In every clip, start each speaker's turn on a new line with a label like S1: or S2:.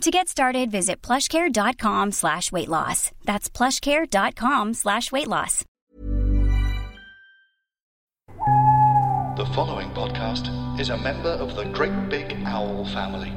S1: To get started, visit plushcare.com slash weight loss. That's plushcare.com slash weight loss.
S2: The following podcast is a member of the Great Big Owl family.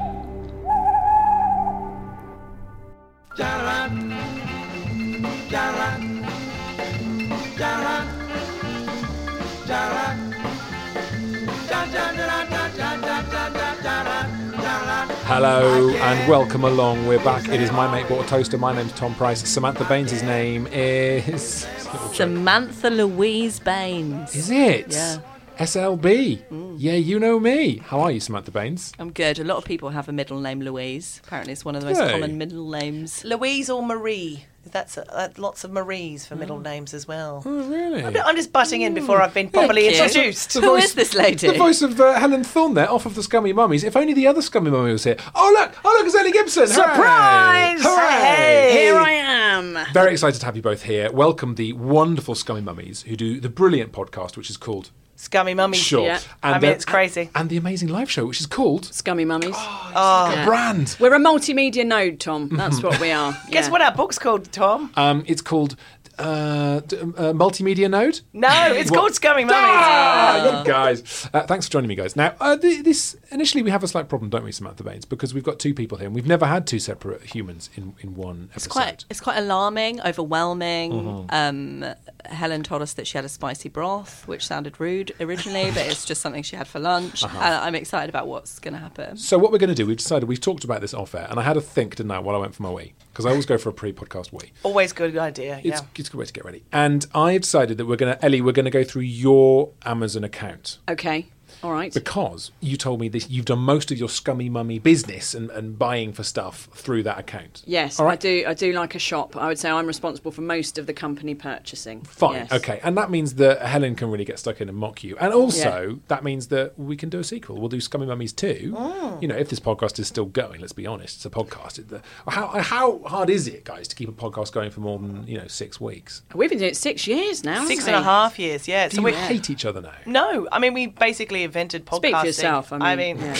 S3: Hello and welcome along. We're back. It is my mate bought a toaster. My name's Tom Price. Samantha Baines' name is.
S4: Samantha Louise Baines.
S3: Is it?
S4: Yeah.
S3: SLB. Yeah, you know me. How are you, Samantha Baines?
S4: I'm good. A lot of people have a middle name Louise. Apparently, it's one of the most
S3: Hey.
S4: common middle names.
S5: Louise or Marie. That's uh uh, lots of Maries for
S4: Mm.
S5: middle names as well.
S3: Oh, really?
S5: No, I'm just butting in before I've been properly
S4: Thank you.
S5: introduced.
S4: Who is this lady?
S3: The voice of uh, Helen Thorne there, off of the Scummy Mummies. If only the other Scummy Mummy was here. Oh look! Oh look, it's Ellie Gibson! Hooray!
S5: Surprise!
S3: Hooray!
S5: Hey!
S6: Here I am.
S3: Very excited to have you both here. Welcome the wonderful Scummy Mummies who do the brilliant podcast, which is called
S5: Scummy mummy.
S3: Sure.
S6: Yeah.
S5: I mean,
S3: then-
S5: it's crazy.
S3: And the amazing live show, which is called
S6: Scummy mummies.
S3: A Brand.
S6: We're a multimedia node, Tom. That's what we are.
S5: Guess
S6: Yeah.
S5: what our book's called, Tom?
S3: Um, it's called uh, d- um, uh, Multimedia Node.
S5: No, it's
S3: What?
S5: called Scummy Mummies.
S3: Ah, you guys. Uh, thanks for joining me, guys. Now, uh, th- this initially we have a slight problem, don't we, Samantha Baines? Because we've got two people here, and we've never had two separate humans in, in one episode.
S4: It's quite, it's quite alarming, overwhelming.
S3: Uh-huh.
S4: Um, Helen told us that she had a spicy broth, which sounded rude originally, but it's just something she had for lunch.
S3: Uh-huh.
S4: Uh, I'm excited about what's going to happen.
S3: So what we're going to do, we've decided, we've talked about this off air, and I had a think, didn't I, while I went for my wee, because I always go for a pre-podcast wee.
S5: Always good idea. Yeah.
S3: It's, it's a good way to get ready. And I've decided that we're going to, Ellie, we're going to go through your Amazon account.
S6: Okay. All right.
S3: Because you told me this, you've done most of your scummy mummy business and, and buying for stuff through that account.
S6: Yes,
S3: All right.
S6: I do. I do like a shop. I would say I'm responsible for most of the company purchasing.
S3: Fine.
S6: Yes.
S3: Okay. And that means that Helen can really get stuck in and mock you. And also, that means that we can do a sequel. We'll do Scummy Mummies 2.
S6: Mm.
S3: You know, if this podcast is still going, let's be honest, it's a podcast. It- the- How, how hard is it, guys, to keep a podcast going for more than, you know, six weeks?
S6: We've been doing it six years now.
S5: Six
S6: haven't
S5: and a
S6: we?
S5: half years, yeah.
S3: Do
S6: Oh,
S5: So
S3: you
S5: we
S3: hate each other now?
S5: No, I mean we basically invented podcasting.
S6: Speak for yourself. I mean, yeah.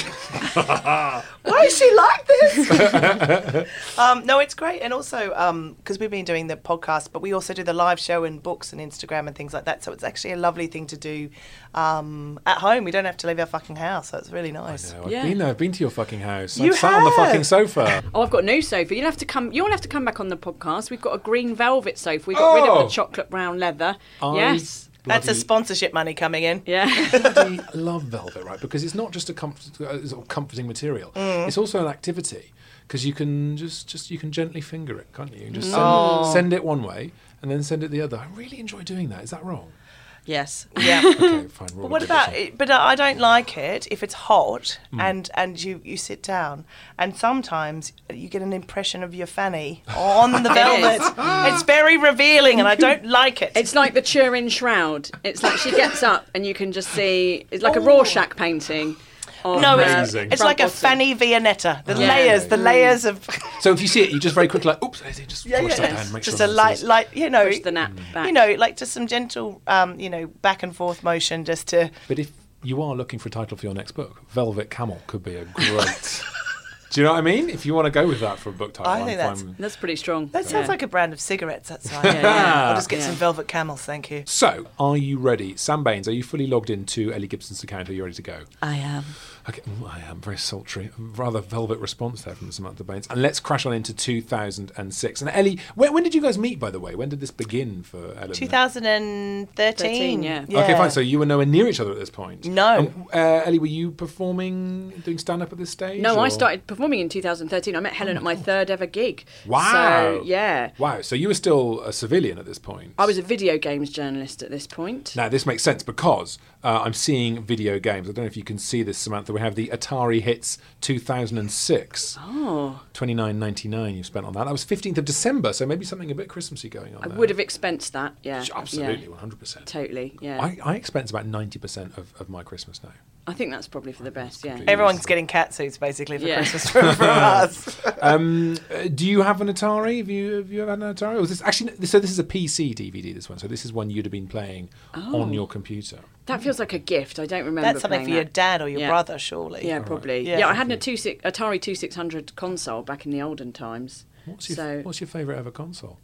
S5: why is she like this? um, no, it's great, and also because we've been doing the podcast, but we also do the live show and books and Instagram and things like that. So it's actually a lovely thing to do um, at home. We don't have to leave our fucking house, so it's really nice.
S3: No, I've
S6: Yeah.
S3: been there. I've been to your fucking house.
S5: You
S3: I've sat on the
S5: have.
S3: fucking sofa.
S6: Oh, I've got a new sofa. You'll have to come. You'll have to come back on the podcast. We've got a green velvet sofa. We got rid
S3: Oh.
S6: of the chocolate brown leather. yes.
S3: I
S5: That's a
S3: bloody-
S5: sponsorship money coming in.
S6: Yeah.
S3: bloody love velvet, right? Because it's not just a comfort, uh, sort of comforting material.
S5: Mm.
S3: It's also an activity because you can just, just you can gently finger it, can't you? You Just send,
S5: Mm. Oh.
S3: send it one way and then send it the other. I really enjoy doing that. Is that wrong?
S4: Yes.
S5: Yeah.
S3: Okay, fine. But
S5: What about? It, Mm. but I don't like it if it's hot and and you you sit down and sometimes you get an impression of your fanny on the velvet. it's very revealing and I don't like it.
S6: It's like the Turin shroud. It's like she gets up and you can just see. It's like a Rorschach painting. of
S5: Oh! no,
S6: her
S5: it's,
S3: Amazing.
S5: it's
S6: front
S5: like a
S6: bottom.
S5: fanny Viennetta. The
S6: Yeah.
S5: layers, the layers of
S3: So if you see it, you just very quickly like, oops, just push
S5: yeah.
S3: that down. Make
S5: just
S3: sure
S5: a light,
S3: nothing
S5: light, you know,
S6: Push the nap back.
S5: you know, like just some gentle, um, you know, back and forth motion, just to.
S3: sees. But if you are looking for a title for your next book, Velvet Camel could be a great. Do you know what I mean? If you want to go with that for a book title,
S5: I
S3: am
S5: think
S3: fine
S5: that's-
S3: with-
S6: That's pretty strong.
S5: That sounds
S6: Yeah.
S5: like a brand of cigarettes. That's right. yeah,
S3: Ah.
S5: I'll just get
S6: Yeah.
S5: some velvet camels. Thank you.
S3: So, are you ready? Sam Baines, are you fully logged into Ellie Gibson's account? Are you ready to go?
S4: I am.
S3: Okay, mm, I am very sultry, rather velvet response there from Samantha Baines. And let's crash on into 2006. And Ellie, when, when did you guys meet, by the way? When did this begin for Ellen?
S5: 2013.
S6: 13, yeah.
S3: Okay, fine. So you were nowhere near each other at this point.
S5: No.
S3: And, uh, Ellie, were you performing, doing stand up at this stage?
S6: No, I
S3: or-
S6: started performing in 2013. I met Helen at my third ever gig.
S3: Wow.
S6: So, yeah.
S3: Wow. So you were still a civilian at this point.
S6: I was a video games journalist at this point.
S3: Now, this makes sense because uh, I'm seeing video games. I don't know if you can see this, Samantha. we have the Atari Hits 2006. Oh. 29.99 you spent on that. That was 15th of December, so maybe something a bit Christmassy going on.
S6: I
S3: there.
S6: would have expensed that. Yeah.
S3: absolutely
S6: Yeah.
S3: 100%.
S6: Totally. Yeah.
S3: I,
S6: I,
S3: I expense about 90% of, of my Christmas now.
S6: think that's probably for the best. Yeah.
S3: completely-
S5: Everyone's getting catsuits basically for
S6: Yeah.
S5: Christmas from, from us.
S3: Uh, do you have an Atari? Have you have you ever had an Atari? Or was this actually no, so? This is a PC DVD. This one. So this is one you'd have been playing
S6: Oh.
S3: on your computer.
S6: That feels like a gift. I don't remember.
S5: That's something
S6: playing
S5: for your
S6: that.
S5: dad or your
S6: Yeah.
S5: brother, surely.
S6: Yeah, probably.
S5: Yeah.
S6: Yeah. I had an Atari Atari 2600 console back in the olden times.
S3: What's your
S6: so
S3: What's your favourite ever console?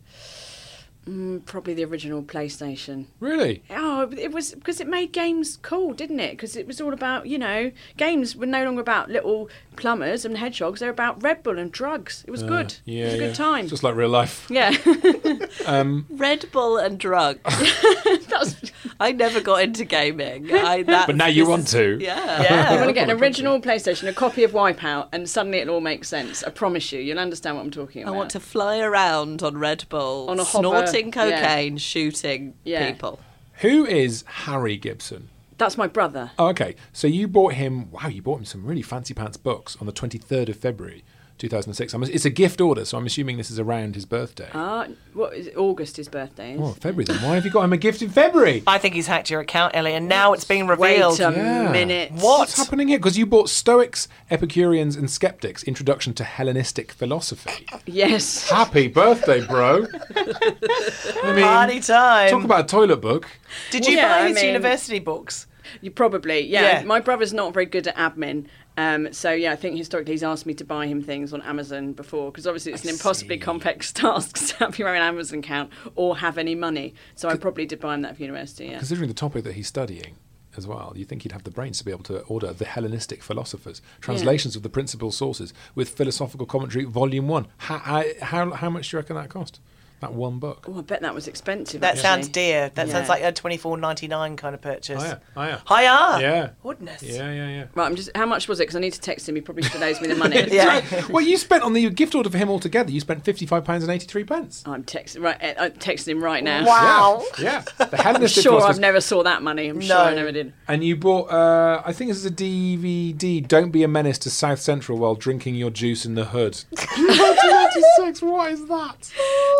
S6: probably the original PlayStation.
S3: Really?
S6: Oh, it was because it made games cool, didn't it? Because it was all about, you know, games were no longer about little plumbers and hedgehogs. They're about Red Bull and drugs. It was good. it was a good time.
S3: Uh, Just like real life.
S6: yeah,
S3: Um,
S4: Red Bull and drugs.
S6: that's.
S4: I never got into gaming. I, that,
S3: But now you
S4: this
S3: want
S4: is-
S3: to.
S4: Yeah.
S6: I'm
S5: Yeah.
S6: going to get an original PlayStation, a copy of Wipeout, and suddenly it'll all make sense. I promise you, you'll understand what I'm talking
S4: I
S6: about.
S4: want to fly around on Red Bull,
S6: On a hover,
S4: snorting
S6: yeah.
S4: cocaine, shooting
S6: Yeah.
S4: people.
S3: Who is Harry Gibson?
S6: That's my brother.
S3: Oh, okay. So you bought him. Wow, you bought him some really fancy pants books on the twenty third of February. 2006. I'm, it's a gift order, so I'm assuming this is around his birthday.
S6: Uh, what is it? August? His birthday is.
S3: oh, February then. Why have you got him a gift in February?
S5: I think he's hacked your account, Ellie, and now it's being
S6: Wait
S5: revealed.
S6: a
S3: Yeah.
S6: minute.
S3: What's happening here? Because you bought Stoics, Epicureans, and Skeptics: Introduction to Hellenistic Philosophy.
S6: Yes.
S3: Happy birthday,
S6: Um,
S3: bro! I mean,
S5: Party time.
S3: talk about a toilet book.
S5: Did you
S6: Well, yeah,
S5: buy
S6: I
S5: his
S6: mean-
S5: university books?
S6: You probably, yeah.
S5: Yeah.
S6: My brother's not very good at admin. Um, so yeah, I think historically he's asked me to buy him things on Amazon before because obviously it's an impossibly complex task to have your own Amazon account or have any money. So I probably did buy him that for university. Yeah.
S3: Considering the topic that he's studying as well, you think he'd have the brains to be able to order the Hellenistic philosophers translations of the principal sources with philosophical commentary, volume one. How, I, how how much do you reckon that cost? That one book.
S6: Oh, I bet that was expensive.
S5: That
S6: actually.
S5: sounds dear. That sounds
S6: Yeah. Oh,
S5: like a twenty four ninety nine kind of purchase.
S3: Hiya, hiya.
S5: Hiya.
S3: Oh, Yeah.
S5: Goodness.
S3: Yeah, yeah, yeah.
S6: Right, I'm just. How much was it? Because I need to text him. He probably should owes me the money.
S5: Yeah.
S3: well, you spent on the gift order for him altogether. You spent fifty-five pounds and eighty-three pence.
S6: I'm texting. Right, eh, I'm texting him right now.
S5: Wow.
S3: Yeah, yeah. The
S6: I'm
S3: Hellenistic
S6: sure
S3: philosophers-
S6: I've never saw that money. I'm sure I
S5: No.
S6: never did.
S3: And you bought, uh, I think this is a DVD. Don't be a menace to South Central while drinking your juice in the hood. 1996. What is that?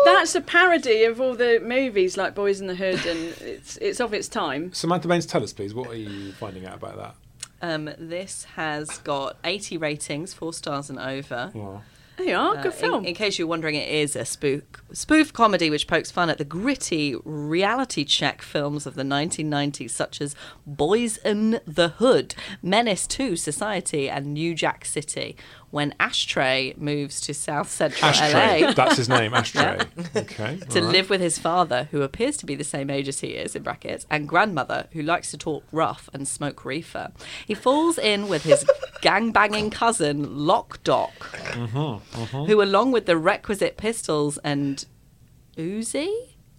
S6: That's a parody of all the movies like Boys in the Hood, and it's it's of its time.
S3: Samantha Baines, tell us, please. What are you finding out about that?
S4: Um, this has got 80 ratings, four stars and over.
S6: There you are.
S4: Uh,
S6: Oh, Good
S4: in-
S6: film.
S4: In, case you're wondering, it is a spook spoof comedy which pokes fun at the gritty reality check films of the 1990s, such as Boys in the Hood, Menace to Society, and New Jack City. When Ashtray moves to South Central
S3: Ashtray.
S4: LA
S3: That's his name, Ashtray. Okay.
S4: to
S3: all right.
S4: live with his father, who appears to be the same age as he is, in brackets, and grandmother, who likes to talk rough and smoke reefer. He falls in with his gang-banging cousin, Lock Doc,
S3: Mm-hmm,
S4: who, along with the requisite pistols and Uzi?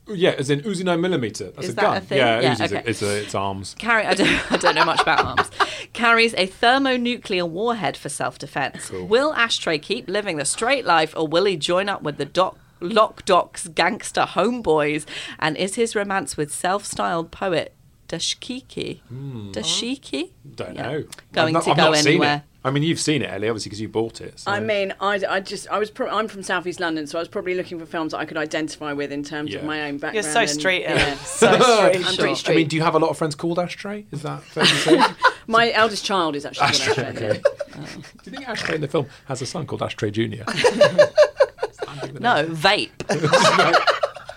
S3: Yeah, as in Uzi 9mm. That's
S4: Is
S3: a
S4: that
S3: gun.
S4: a thing?
S3: Yeah,
S4: Yeah,
S3: Uzi's a-
S4: okay.
S3: it's, a, it's arms.
S4: Carry, I, don't, I don't know much about arms. Carries a thermonuclear warhead for self defense. Will Ashtray keep living the straight life or will he join up with the doc? Lock Doc's gangster homeboys? And is his romance with self styled poet Dashkiki? Dashiki?
S3: Don't
S4: Yeah.
S3: know.
S4: Going
S3: I've not-
S4: to
S3: I've
S4: go
S3: not seen
S4: anywhere.
S3: it. I mean, you've seen it, Ellie, obviously, because you bought it. so-
S6: I mean, I, I just I was pro- I'm from Southeast London, so I was probably looking for films that I could identify with in terms
S3: Yeah.
S6: of my own background.
S5: You're so
S6: and-
S5: street, Ellen.
S6: yeah.
S5: So
S6: I'm
S5: street.
S6: pretty
S3: I
S6: street.
S3: mean, do you have a lot of friends called Ashtray? Is that fair to say?
S6: my eldest child is actually called Ashley.
S3: Okay. Do you think Ashtray in the film has a son called Ashtray Junior?
S4: No, vape.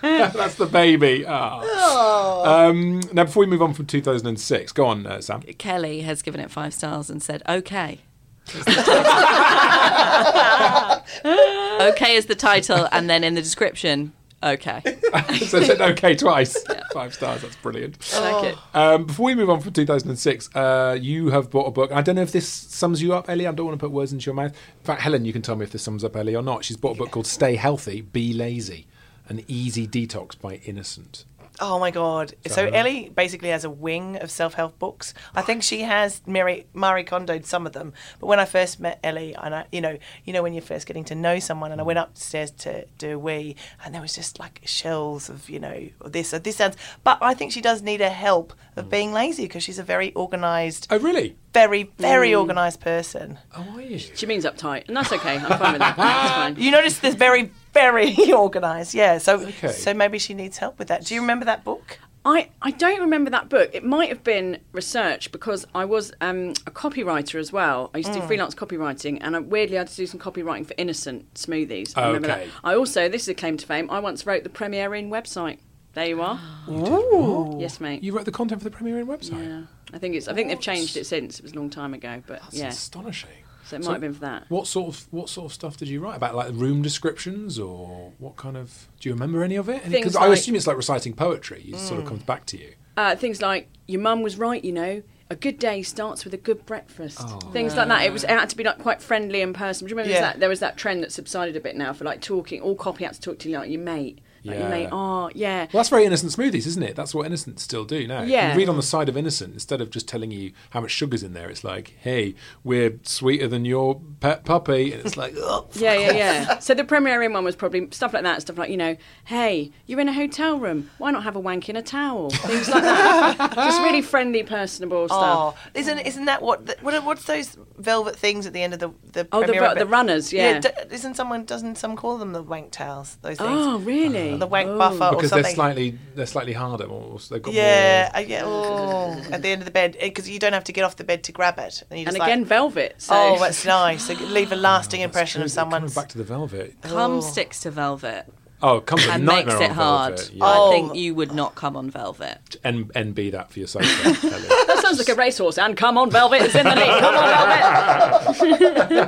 S3: that's the baby. Ah. Um, now, before we move on from 2006, go on, uh, Sam.
S4: Kelly has given it five stars and said, okay. okay is the title, and then in the description, okay.
S3: so I said okay twice. Five stars. That's brilliant.
S6: I like it.
S3: Um, before we move on from 2006, uh, you have bought a book. I don't know if this sums you up, Ellie. I don't want to put words into your mouth. In fact, Helen, you can tell me if this sums up Ellie or not. She's bought a book called "Stay Healthy, Be Lazy: An Easy Detox by Innocent."
S5: Oh my god! So Ellie basically has a wing of self-help books. I think she has Mary Marie Kondoed some of them. But when I first met Ellie, and I, you know, you know when you're first getting to know someone,
S3: Mm.
S5: and I went upstairs to do a wee, and there was just like shells of you know this or this sounds. But I think she does need a help of being lazy because she's a very organised,
S3: Mm. Oh, Mm. really?
S5: very very organised person.
S3: Oh, are you?
S6: She means uptight, and that's okay. I'm fine with that. That's fine.
S5: You notice there's very very organised. Yeah. So
S3: Okay.
S5: so maybe she needs help with that. Do you remember that book?
S6: I, I don't remember that book. It might have been research because I was um, a copywriter as well. I used to
S3: Mm.
S6: do freelance copywriting, and I, weirdly, I had to do some copywriting for innocent smoothies. I remember that.
S3: Okay.
S6: I also, this is a claim to fame, I once wrote the Premier Inn website. There you are. Yes, mate.
S3: You wrote the content for the Premier Inn website?
S6: yeah. I think it's. I think they've changed it since. It was a long time ago, but
S3: That's
S6: yeah.
S3: astonishing.
S6: So it might have been for that.
S3: What sort of what sort of stuff did you write about? Like room descriptions, or what kind of? Do you remember any of it?
S6: Things
S3: Because I
S6: like-
S3: assume it's like reciting poetry. It sort of comes back to you.
S6: Uh, things like your mum was right, you know. A good day starts with a good breakfast. Things like that. It was it had to be like quite friendly in person. Do you remember
S5: Oh, Yeah.
S6: that there was that trend that subsided a bit now for like talking. All copy had to talk to like your mate. Like
S3: Yeah.
S6: your mate. Oh yeah.
S3: Well, that's very innocent smoothies, isn't it? That's what innocents still do now.
S6: Yeah.
S3: You read on the side of innocent instead of just telling you how much sugar's in there. It's like, hey, we're sweeter than your pet puppy, and it's like, oh,
S6: Yeah, yeah, yeah. So the Premier Inn one was probably stuff like that, stuff like, you know, hey, you're in a hotel room. Why not have a wank in a towel? Things like that. Just really friendly, personable
S5: Oh,
S6: stuff.
S5: isn't isn't that what, the, what are- what's those velvet things at the end of the the
S6: Oh, the
S5: premiere
S6: ru-
S5: of it?
S6: the runners, yeah.
S5: d- isn't someone doesn't some call them the wank towels? Those things.
S6: Oh. really? Oh,
S5: The wank buffer or
S3: because
S5: something.
S3: they're slightly they're slightly harder. Or so they've got
S5: yeah,
S3: more.
S5: uh, yeah. Oh, at the end of the bed because you don't have to get off the bed to grab it, and you
S6: and
S5: just
S6: again,
S5: like,
S6: velvet. So.
S5: oh, that's nice. So leave a lasting
S3: That's
S5: impression
S3: true,
S5: of
S3: they're coming
S5: someone's.
S3: Back to the velvet.
S4: Cum sticks to velvet
S3: Oh, it comes with
S4: and
S3: nightmare
S4: makes
S3: on
S4: it hard.
S3: velvet.
S4: I
S5: Oh.
S4: think you would not come on velvet.
S3: N- NB that for yourself. Ellie.
S6: That sounds like a racehorse. And come on, Velvet is in the lead. Come on, Velvet.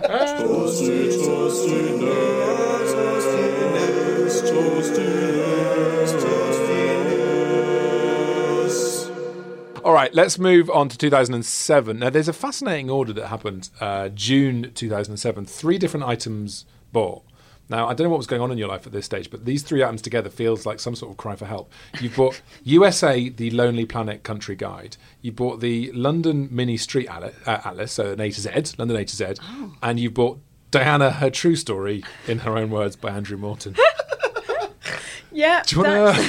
S3: All right, let's move on to 2007. Now, there's a fascinating order that happened uh, June 2007. Three different items bought. Now, I don't know what was going on in your life at this stage, but these three items together feels like some sort of cry for help. You bought USA, the Lonely Planet Country Guide. You bought the London Mini Street Atlas, uh, Atlas so an A to Z, London A to Z. And you bought Diana, Her True Story, in her own words, by Andrew Morton.
S6: Yeah.
S3: Do you want
S6: that's,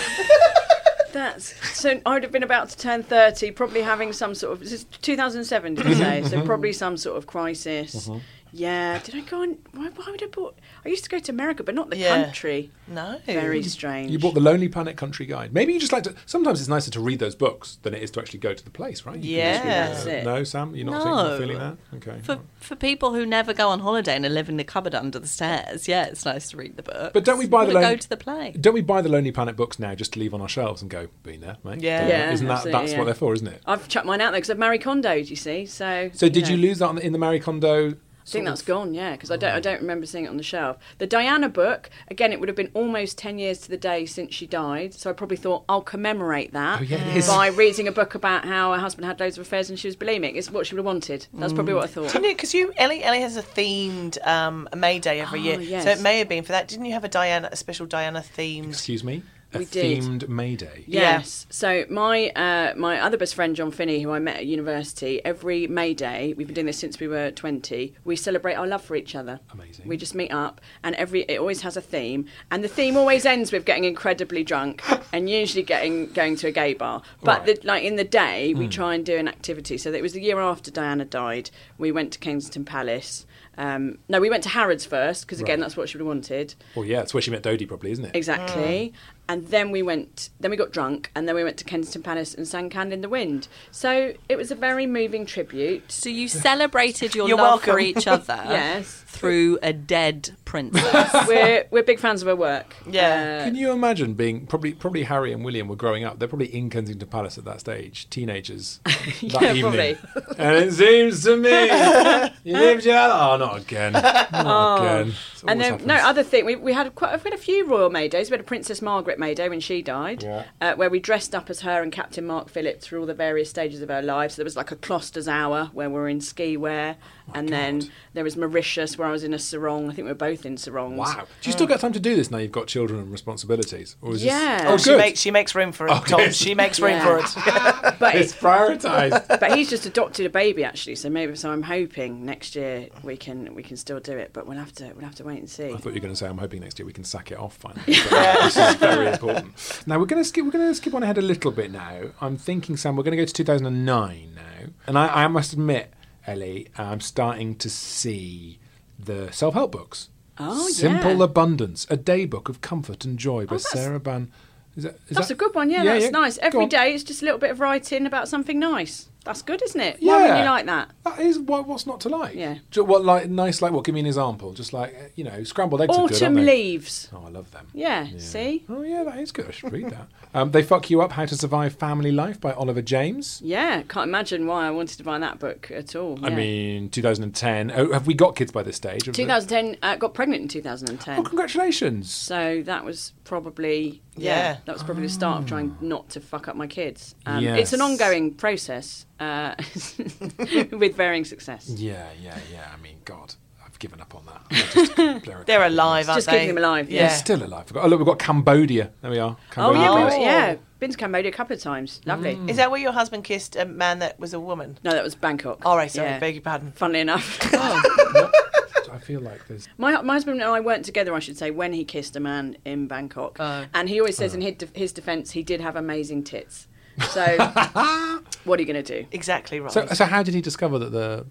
S3: to...
S6: that's so. I would have been about to turn thirty, probably having some sort of. This is 2007, did you say?
S3: Mm-hmm.
S6: so probably some sort of crisis.
S3: Uh-huh.
S6: Yeah. Did I go on? Why, why would I bought? I used to go to America, but not the
S5: Yeah.
S6: country.
S5: No.
S6: Very strange.
S3: You bought the Lonely Planet Country Guide. Maybe you just like to. Sometimes it's nicer to read those books than it is to actually go to the place, right? You can just read
S5: Yeah.
S3: those.
S6: That's it.
S3: No, Sam, you're not,
S4: No.
S3: thinking, not feeling that. Okay.
S4: For for people who never go on holiday and are living in the cupboard under the stairs, yeah, it's nice to read the book.
S3: But don't we buy the
S4: go
S3: lon-
S4: to the play?
S3: Don't we buy the Lonely Planet books now just to leave on our shelves and go, been there, mate?
S5: Yeah.
S3: Done that."
S6: Yeah,
S3: Isn't that
S6: absolutely,
S3: that's
S6: yeah.
S3: what they're for, isn't it?
S6: I've chucked mine out there because I've married Kondo. Do you see? So.
S3: So did
S6: know.
S3: you lose that on the- in the Marie Kondo?
S6: I think that's gone, yeah, because I don't, I don't remember seeing it on the shelf. The Diana book, again, it would have been almost 10 years to the day since she died, so I probably thought, I'll commemorate that
S3: Oh, yeah, it is.
S6: by reading a book about how her husband had loads of affairs and she was bulimic. It's what she would have wanted. That's probably what I thought.
S5: Because you, Ellie, Ellie has a themed um, May Day every
S6: Oh,
S5: year,
S6: yes.
S5: so it may have been for that. Didn't you have a Diana, a special Diana themed?
S3: Excuse me. A
S6: We did.
S3: themed May Day.
S5: Yeah.
S6: Yes. So my uh, my other best friend John Finney, who I met at university, every May Day, we've been doing this since we were twenty. We celebrate our love for each other.
S3: Amazing.
S6: We just meet up, and every it always has a theme, and the theme always ends with getting incredibly drunk, and usually getting going to a gay bar. But
S3: Right. Hmm.
S6: the, like in the day, we try and do an activity. So that it was the year after Diana died. We went to Kensington Palace. Um, no, we went to Harrods first because again,
S3: Right.
S6: that's what she would have wanted.
S3: Well, yeah, it's where she met Dodie, probably, isn't it? Mm.
S6: Exactly. And then we went, then we got drunk, and then we went to Kensington Palace and sang Candle in the Wind. So it was a very moving tribute.
S4: So you celebrated your
S5: You're
S4: love for
S5: welcome.
S4: each other
S6: Yes.
S4: through a dead princess.
S6: we're, we're big fans of her work. Uh,
S5: Yeah.
S3: Can you imagine being probably probably Harry and William were growing up? They're probably in Kensington Palace at that stage, teenagers. That
S6: Yeah,
S3: evening. and it seems to me you lived your oh not again, not again. It's
S6: Oh. And
S3: always
S6: then, no,
S3: happens.
S6: other thing, we, we had quite we had a few royal May days. We had a Princess Margaret Margaret Mayday when she died,
S3: Yeah.
S6: uh, where we dressed up as her and Captain Mark Phillips through all the various stages of her life. So there was like a Closter's Hour where we were in ski wear,
S3: Oh,
S6: and then there was Mauritius where I was in a sarong. I think we were both in sarongs.
S3: Wow. Do you still got time to do this now you've got children and responsibilities? Or is
S6: Yeah.
S3: This...
S6: Oh,
S3: Oh,
S5: she
S3: good.
S5: makes she makes room for it.
S3: Okay.
S5: Tom, she makes room
S6: Yeah.
S5: for it.
S6: But
S3: It's
S6: it's,
S3: prioritised.
S6: but he's just adopted a baby actually, so maybe so I'm hoping next year we can we can still do it, but we'll have to we'll have to wait and see.
S3: I thought you were going to say, "I'm hoping next year we can sack it off." Finally, But uh, this is very important. Now we're going to skip. We're going to skip on ahead a little bit now. I'm thinking, Sam, we're going to go to 2009 now, and I, I must admit, Ellie, I'm starting to see the self-help books.
S6: Oh, yeah. Oh,
S3: Simple Abundance: A Day Book of Comfort and Joy by Sarah Ban. Is that, is
S6: That's
S3: that-
S6: a good one. Yeah, that's nice.
S3: Go
S6: Every
S3: on.
S6: day it's just a little bit of writing about something nice. That's good, isn't it?
S3: Yeah.
S6: Why would you like that?
S3: That is what, what's not to like.
S6: Yeah.
S3: Ju- what like nice like what? Give me an example. Just like uh, you know, scrambled eggs are good,
S6: Autumn
S3: aren't they?
S6: leaves.
S3: Oh, I love them.
S6: Yeah, see?
S3: Oh yeah, that is good. I should read that. Um, they fuck you up: How to Survive Family Life by Oliver James.
S6: Yeah, can't imagine why I wanted to buy that book at all.
S3: I
S6: yeah.
S3: mean, 2010. Oh, have we got kids by this stage? Have we-
S6: 2010, uh, got pregnant in
S3: Oh,
S6: 2010.
S3: congratulations!
S6: So that was probably, yeah,
S5: Yeah.
S6: that was probably the start of trying not to fuck up my kids. Um, It's
S3: Ah. Yes.
S6: an ongoing process uh, with varying success.
S3: Yeah, yeah, yeah. I mean, God, I've given up on that. I just-
S5: They're alive, aren't
S6: Just
S5: they?
S6: keeping them alive,
S3: They're
S5: Yeah.
S3: still alive. Oh look, we've got Cambodia. There we are.
S6: Oh,
S3: Cambodia
S6: yeah, we
S3: books.
S6: were, yeah, been to Cambodia a couple of times. Lovely.
S3: Mm.
S5: Is that where your husband kissed a man that was a woman?
S6: No, that was Bangkok.
S5: All right, sorry, Oh.
S6: Yeah.
S5: beg your pardon.
S6: Funnily enough.
S3: I feel like there's.
S6: My, my husband and I weren't together, I should say, when he kissed a man in Bangkok.
S5: Oh.
S6: and he always
S3: Oh.
S6: says, in his, def- his defence, he did have amazing tits. So, what are you going to do?
S5: Exactly right.
S3: So, so how did he discover that the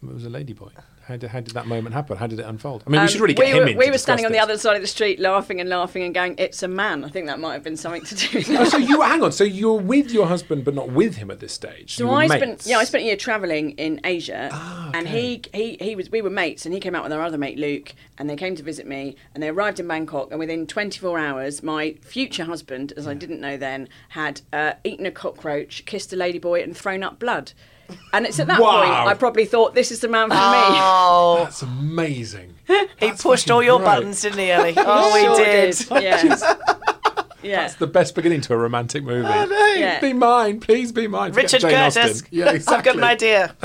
S3: it was a ladyboy? How did, how did that moment happen? How did it unfold? I mean, we should really get
S6: Um, we
S3: him
S6: were,
S3: in.
S6: we
S3: to
S6: were standing
S3: discuss
S6: on the
S3: this.
S6: other side of the street laughing and laughing and going, it's a man. I think that might have been something to do with
S3: Oh, so you hang on. So you're with your husband, but not with him at this stage. you
S6: So
S3: were
S6: I
S3: mates. Ah,
S6: spent yeah I spent a year traveling in Asia, and
S3: okay.
S6: he, he he was we were mates, and he came out with our other mate Luke, and they came to visit me, and they arrived in Bangkok, and within 24 hours, my future husband, as I didn't know then, had uh, eaten a cockroach, kissed a ladyboy, and thrown up blood, and it's at that point
S3: Wow. Ah.
S6: I probably thought this is the man for
S3: That's amazing.
S5: Oh, he pushed all your
S3: great.
S5: buttons, didn't he, Ellie? Oh,
S6: me.
S5: he
S6: Sure
S5: did.
S6: yeah. Yeah.
S3: It's the best beginning to a romantic movie.
S6: Yeah.
S3: Be mine, please be mine. Forget
S5: Richard
S3: Jane
S5: Curtis.
S3: Austen. Yeah, exactly.
S5: I've got an idea.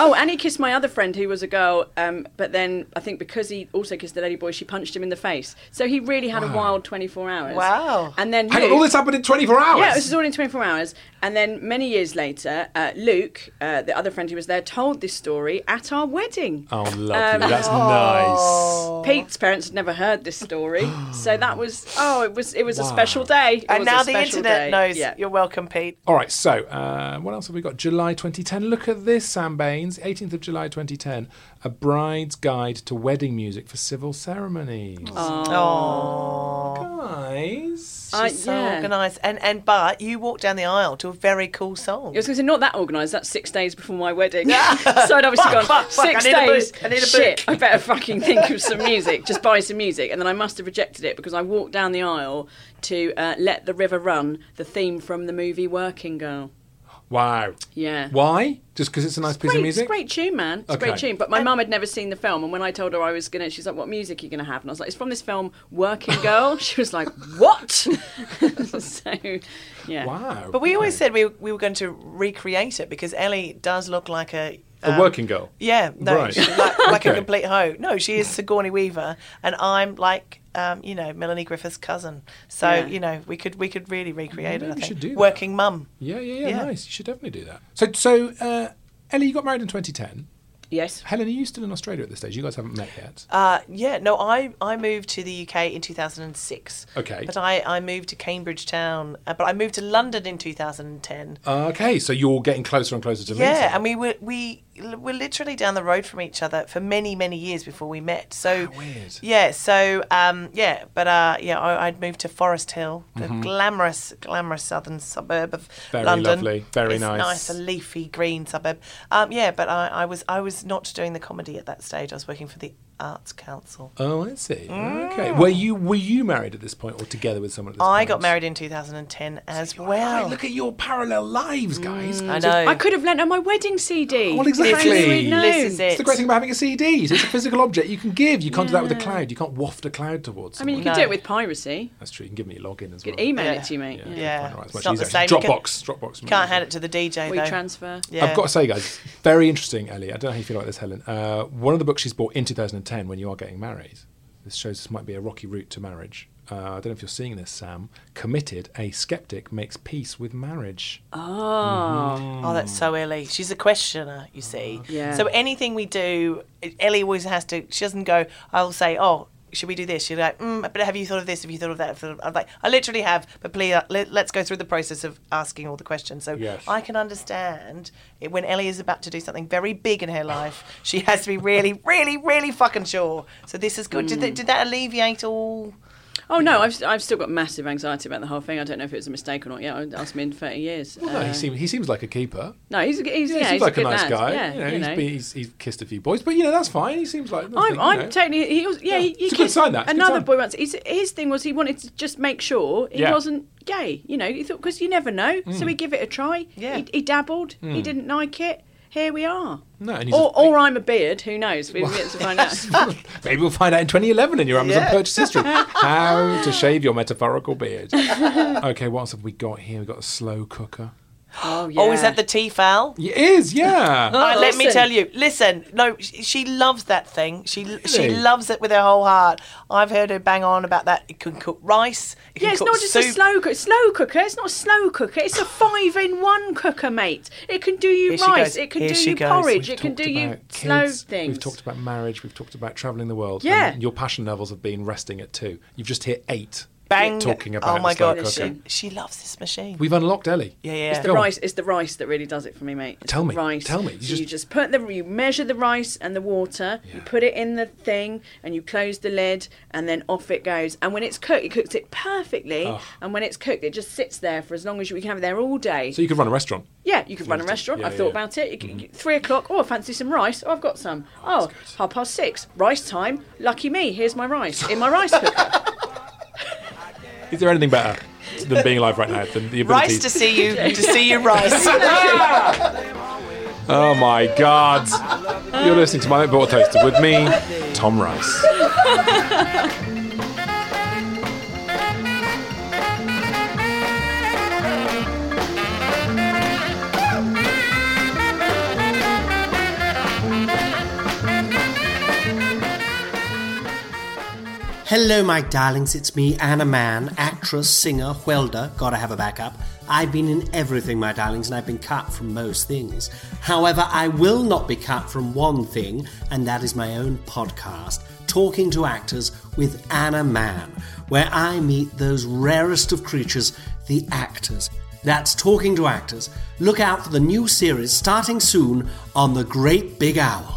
S6: Oh, and he kissed my other friend who was a girl, um, but then I think because he also kissed the ladyboy, she punched him in the face. So he really had a wild 24 hours.
S5: Wow.
S6: And then
S3: Hang on,
S6: Luke-
S3: all this happened in 24 hours.
S6: Yeah, this is all in 24 hours. And then many years later, uh, Luke, uh, the other friend who was there, told this story at our wedding.
S3: Oh, lovely.
S6: Um,
S3: That's
S5: Uh, oh.
S6: Pete's parents had never heard this story, so that was oh, it was it was a
S3: Wow.
S6: special day. It
S5: And
S6: was a
S5: now the
S6: special
S5: internet
S6: day.
S5: knows.
S6: Yeah.
S5: You're welcome, Pete.
S3: nice. All right, so uh, what else have we got? July 2010. Look at this, Sam Baines. 18th of July 2010. A Bride's Guide to Wedding Music for Civil Ceremonies.
S5: Oh,
S3: Guys.
S6: I-
S5: so
S6: Uh, yeah.
S5: organised. And and but you walked down the aisle to a very cool song.
S6: I was going to say, not that organised. That's six days before my wedding. so I'd obviously gone,
S5: fuck, fuck,
S6: six
S5: I need a
S6: days.
S5: book, I need a
S6: Shit, I better fucking think of some music. Just buy some music. And then I must have rejected it because I walked down the aisle to uh, Let the River Run, the theme from the movie Working Girl.
S3: Wow.
S6: Yeah.
S3: Why? Just because it's a nice piece
S6: great,
S3: of music?
S6: It's a great tune, man. It's a great
S3: Okay.
S6: tune. But my mum had never seen the film, and when I told her I was gonna, she's like, "What music are you gonna have?" And I was like, "It's from this film, Working Girl." she was like, "What?" so, yeah.
S3: Wow.
S5: But we always
S3: Okay.
S5: said we we were going to recreate it because Ellie does look like a.
S3: A
S5: um,
S3: working girl.
S5: Yeah, no,
S3: Right.
S5: she's like, like a
S3: Okay.
S5: complete hoe. No, she is Sigourney Weaver, and I'm like, um, you know, Melanie Griffith's cousin. So
S6: Yeah.
S5: you know, we could we could really recreate
S3: Maybe
S5: it. I
S3: we
S5: think.
S3: should do that.
S5: Working mum.
S3: Yeah, yeah, yeah,
S5: Yeah.
S3: Nice. You should definitely do that. So, so uh, Ellie, you got married in 2010.
S6: Yes.
S3: Helen, are you still in Australia at this stage? You guys haven't met yet.
S5: Uh, yeah, no, I, I moved to the UK in 2006.
S3: Okay.
S5: But I, I moved to Cambridge town, uh, but I moved to London in 2010.
S3: okay, so you're getting closer and closer to me.
S5: Uh, Yeah, and we were we l- were literally down the road from each other for many many years before we met. So
S3: How weird.
S5: Yeah, so um, yeah, but uh, yeah, I, I'd moved to Forest Hill, the glamorous, glamorous southern suburb of
S3: Mm-hmm. Very
S5: London.
S3: lovely, very
S5: It's
S3: nice.
S5: a leafy green suburb. Um, yeah, but I, I was I was not doing the comedy at that stage. I was working for the Arts Council.
S3: Oh, I see. Okay. Were you were you married at this point, or together with someone? At this
S5: Mm. I
S3: point?
S5: got married in 2010 as
S3: Hey,
S5: well.
S3: look at your parallel lives, guys.
S5: I know.
S6: I could have lent her my wedding CD.
S3: Well, exactly.
S6: If only we'd known.
S5: This is it.
S3: It's the great thing about having a CD. It's a physical object you can give. You can't do that with a cloud. You can't waft a cloud towards.
S6: I mean, you
S3: someone.
S6: could do
S5: No.
S6: it with piracy.
S3: that's true. You can give me a login as
S6: You
S3: well.
S6: could email
S5: Yeah.
S6: it to you, mate. Yeah.
S5: Yeah.
S3: Right, it's
S5: It's
S3: much
S5: not
S3: easier.
S5: the same. You
S3: Dropbox. Dropbox.
S5: Can't hand it to the DJ
S6: We
S5: though.
S6: transfer.
S5: yeah.
S3: I've got to say, guys, very interesting, Ellie. I don't know how you feel about this, Helen. Uh, one of the books she's bought in 2010 when you are getting married, this shows this might be a rocky route to marriage. Uh, I don't know if you're seeing this, Sam. Committed, a skeptic makes peace with marriage.
S5: Oh, that's so Ellie. She's a questioner, you see.
S6: Yeah.
S5: So anything we do, Ellie always has to. She doesn't go. I'll say, oh. Should we do this? She's like, mm, but have you thought of this? Have you thought of that? I'm like, I literally have, but please, uh, let, let's go through the process of asking all the questions. So
S3: Yes.
S5: I can understand it, when Ellie is about to do something very big in her life, she has to be really, really, really fucking sure. So this is good.
S6: Hmm.
S5: Did, that, did that alleviate all?
S6: Oh no, I've, I've still got massive anxiety about the whole thing. I don't know if it was a mistake or not. Yeah, I'll ask him in thirty years.
S3: Well,
S5: Oh.
S3: no,
S6: Uh,
S3: he, seems, he seems like a keeper.
S6: no, he's a, he's, yeah,
S3: he seems
S6: he's
S3: like a,
S6: good
S3: nice
S6: lad.
S3: guy.
S6: Yeah,
S3: you know, he's, been, he's, he's kissed a few boys, but you know that's fine. He seems like nothing,
S6: I'm,
S3: you
S6: I'm
S3: know.
S6: totally. He was, yeah, he, he
S3: It's a good
S6: kissed
S3: sign, that. It's a good
S6: another
S3: sign.
S6: boy once. His, his thing was he wanted to just make sure he
S3: Yeah. Mm.
S6: wasn't gay. You know, he thought because you never know, so he give it a try.
S5: Yeah.
S6: he, he dabbled. He didn't like it. Here we are.
S3: No, and he's
S6: Or,
S3: a-
S6: or I'm a beard. Who knows? We'll get to find out.
S3: Maybe we'll find out in 2011 in your Amazon
S5: Yeah.
S3: purchase history how to shave your metaphorical beard. okay, what else have we got here? We've got a slow cooker.
S6: Oh yeah.
S5: Oh, is that the tea foul?
S3: It is,
S6: Oh,
S3: yeah.
S5: Uh, let me
S6: listen.
S5: tell you. Listen, no, she, she loves that thing. She she
S3: Really?
S5: loves it with her whole heart. I've heard her bang on about that. It can cook rice. It
S6: Yeah,
S5: can
S6: it's
S5: cook
S6: not just
S5: soup.
S6: a slow cooker. Slow cooker. It's not a slow cooker. It's a five-in-one cooker, mate. It can do you
S5: Here she
S6: rice.
S5: goes.
S6: It can
S5: Here
S6: do
S5: she
S6: you
S5: goes.
S6: porridge.
S3: We've
S6: It can
S3: talked
S6: do you
S3: about
S6: slow
S3: kids,
S6: things.
S3: We've talked about marriage. We've talked about traveling the world.
S6: Yeah.
S3: and your passion levels have been resting at two. You've just hit eight.
S5: Bang.
S3: Talking about
S5: Oh my
S3: the slow
S5: god,
S3: cooker.
S5: she, she loves this machine.
S3: We've unlocked Ellie.
S5: yeah, yeah.
S6: It's the
S3: Go on.
S6: rice. It's the rice that really does it for me, mate. It's
S3: Tell
S6: the
S3: me,
S6: Rice.
S3: tell me. You
S6: You,
S3: just-
S6: just... put the. You measure the rice and the water. You put it in the thing, and you close the lid, and then off it goes. And when it's cooked, it cooks it perfectly.
S3: Oh.
S6: And when it's cooked, it just sits there for as long as you, you can have it there all day.
S3: So you could run a restaurant.
S6: Yeah, you could run a restaurant.
S3: Yeah, Mm-hmm.
S6: I've thought
S3: yeah.
S6: about it. You could- you- Three o'clock. Oh, I fancy some rice. Oh, I've got some. Oh, half past six. Rice time. Lucky me. Here's my rice in my rice cooker.
S3: Is there anything better than being alive right now than the ability?
S5: rice to see you to see you rice.
S3: Oh my God! You're listening to My Little Bottle Toaster with me, Tom Rice.
S7: Hello, my darlings. It's me, Anna Mann, actress, singer, welder. Gotta have a backup. I've been in everything, my darlings, and I've been cut from most things. However, I will not be cut from one thing, and that is my own podcast, Talking to Actors with Anna Mann, where I meet those rarest of creatures, the actors. That's Talking to Actors. Look out for the new series starting soon on The Great Big Owl.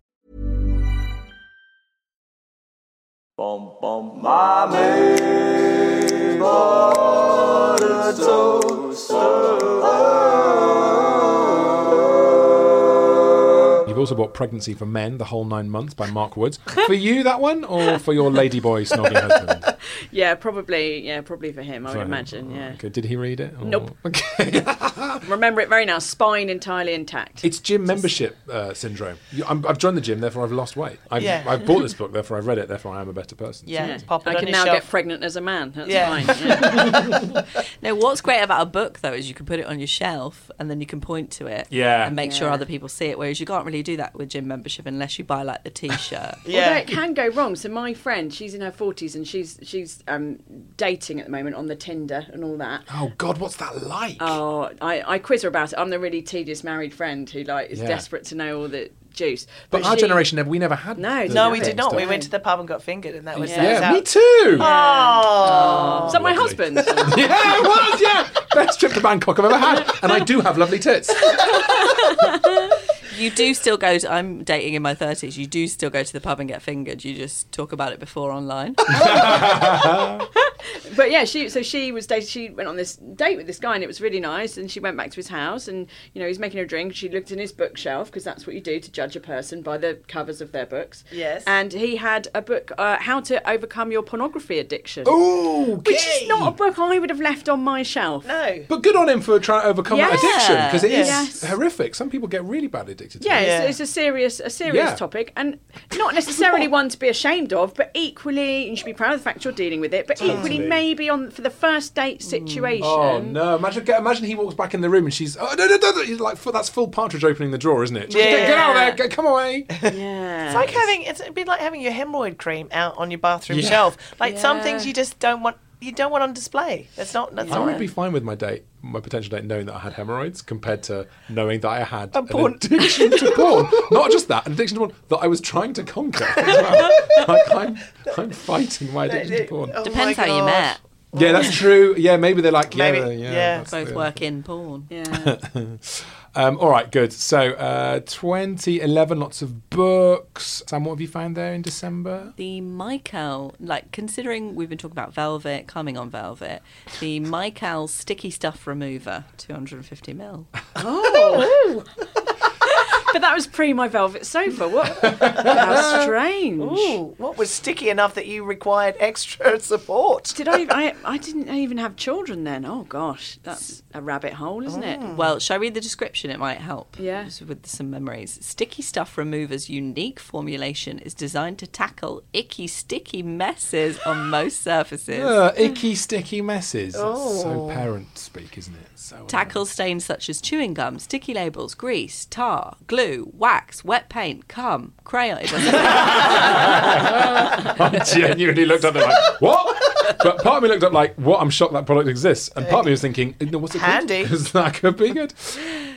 S3: You've also also bought Pregnancy for Men, The Whole Nine Months by Mark Woods. For you, that one, or for your ladyboy snogging husband?
S6: Yeah, probably. Yeah, probably for him. I would imagine. Yeah.
S3: Okay, did he read it? or-
S6: Nope.
S3: Okay.
S6: Remember it very now. Spine entirely intact.
S3: It's gym membership uh, syndrome. You, I'm, I've joined the gym, therefore I've lost weight. I've,
S5: Yeah.
S3: I've bought this book, therefore I've read it, therefore I am a better person.
S5: Yeah,
S6: Yeah.
S5: pop it
S6: I
S5: on
S6: can
S5: your
S6: now
S5: shelf.
S6: get pregnant as a man. That's
S5: Yeah.
S6: fine. Yeah.
S4: No, what's great about a book though is you can put it on your shelf and then you can point to it,
S3: Yeah.
S4: and make sure
S6: Yeah.
S4: other people see it. Whereas you can't really do that with gym membership unless you buy like the T-shirt.
S6: Although
S5: yeah.
S6: it can go wrong. So my friend, she's in her forties and she's she's um, dating at the moment on the Tinder and all that.
S3: Oh, God, what's that like?
S6: Oh, I, I quiz her about it. I'm the really tedious married friend who like is
S3: Yeah.
S6: desperate to know all the juice.
S3: but our
S6: she-
S3: generation, never, we never had
S6: No,
S3: the
S5: No, we
S3: gym
S5: did not. We
S3: stuff.
S5: went to the pub and got fingered, and that was that
S3: Yeah,
S5: was out.
S3: me too.
S5: Oh,
S6: Is that my
S3: Lovely.
S6: husband?
S3: Yeah, it was, yeah. Best trip to Bangkok I've ever had. And I do have lovely tits.
S4: you do still go. To, I'm dating in my thirties. You do still go to the pub and get fingered. You just talk about it before online.
S6: but yeah, she so she was dating. She went on this date with this guy, and it was really nice. And she went back to his house, and you know he's making her a drink. She looked in his bookshelf because that's what you do to judge a person by the covers of their books.
S5: Yes.
S6: And he had a book, uh, How to Overcome Your Pornography Addiction,
S3: Oh. Ooh,
S6: which is not a book I would have left on my shelf.
S5: no.
S3: But good on him for trying to overcome that
S6: Yeah.
S3: addiction because it is
S6: Yes.
S3: horrific. Some people get really bad addicted to
S6: Yeah,
S3: it.
S5: Yeah.
S6: It's, it's a serious, a serious
S3: Yeah.
S6: topic, and not necessarily one to be ashamed of, but equally you should be proud of the fact you're dealing with it. But
S3: Totally.
S6: equally, maybe on for the first date situation.
S3: Oh no! Imagine, get- imagine he walks back in the room and she's oh no no no! no. He's like that's full partridge opening the drawer, isn't it? Get, get out of there! Get, come away!
S6: Yeah.
S5: It's like having it's it'd be like having your hemorrhoid cream out on your bathroom
S3: Yeah.
S5: shelf. Like some
S6: Yeah.
S5: things you just don't want you don't want on display. That's not that's
S3: I
S5: not
S3: would be fine with my date, my potential date, knowing that I had hemorrhoids compared to knowing that I had an
S5: porn.
S3: addiction to porn. Not just that, an addiction to porn that I was trying to conquer. As well. like I'm, I'm fighting my addiction to porn.
S5: Oh
S4: Depends
S5: my
S4: how you
S5: God.
S4: met.
S3: Yeah, that's true. Yeah, maybe they're like, yeah,
S5: Maybe,
S3: yeah.
S5: yeah.
S3: that's
S4: Both
S3: the-
S4: work in porn.
S6: Yeah.
S3: Um, all right, good. So uh, 2011, lots of books. Sam, what have you found there in December?
S4: The Michael, like considering we've been talking about velvet, coming on velvet, the Michael sticky stuff remover, 250 mil.
S6: Oh. but that was pre my velvet sofa. What? How strange.
S5: Ooh, what was sticky enough that you required extra support?
S6: Did I, I? I didn't even have children then. Oh gosh, that's a rabbit hole, isn't it?
S4: Well, shall I read the description? It might help.
S6: Yeah.
S4: Just With some memories. Sticky Stuff Remover's unique formulation is designed to tackle icky, sticky messes on most surfaces.
S3: Uh, icky, sticky messes. That's
S5: Oh.
S3: so parent speak, isn't it? So
S4: Tackle stains such as chewing gum, sticky labels, grease, tar, glue, wax, wet paint, cum, crayon. It doesn't-
S3: I genuinely looked up there like, what? But part of me looked up like, what? I'm shocked that product exists. And part of me was thinking, no, what's it called?
S5: Handy.
S3: that could be good.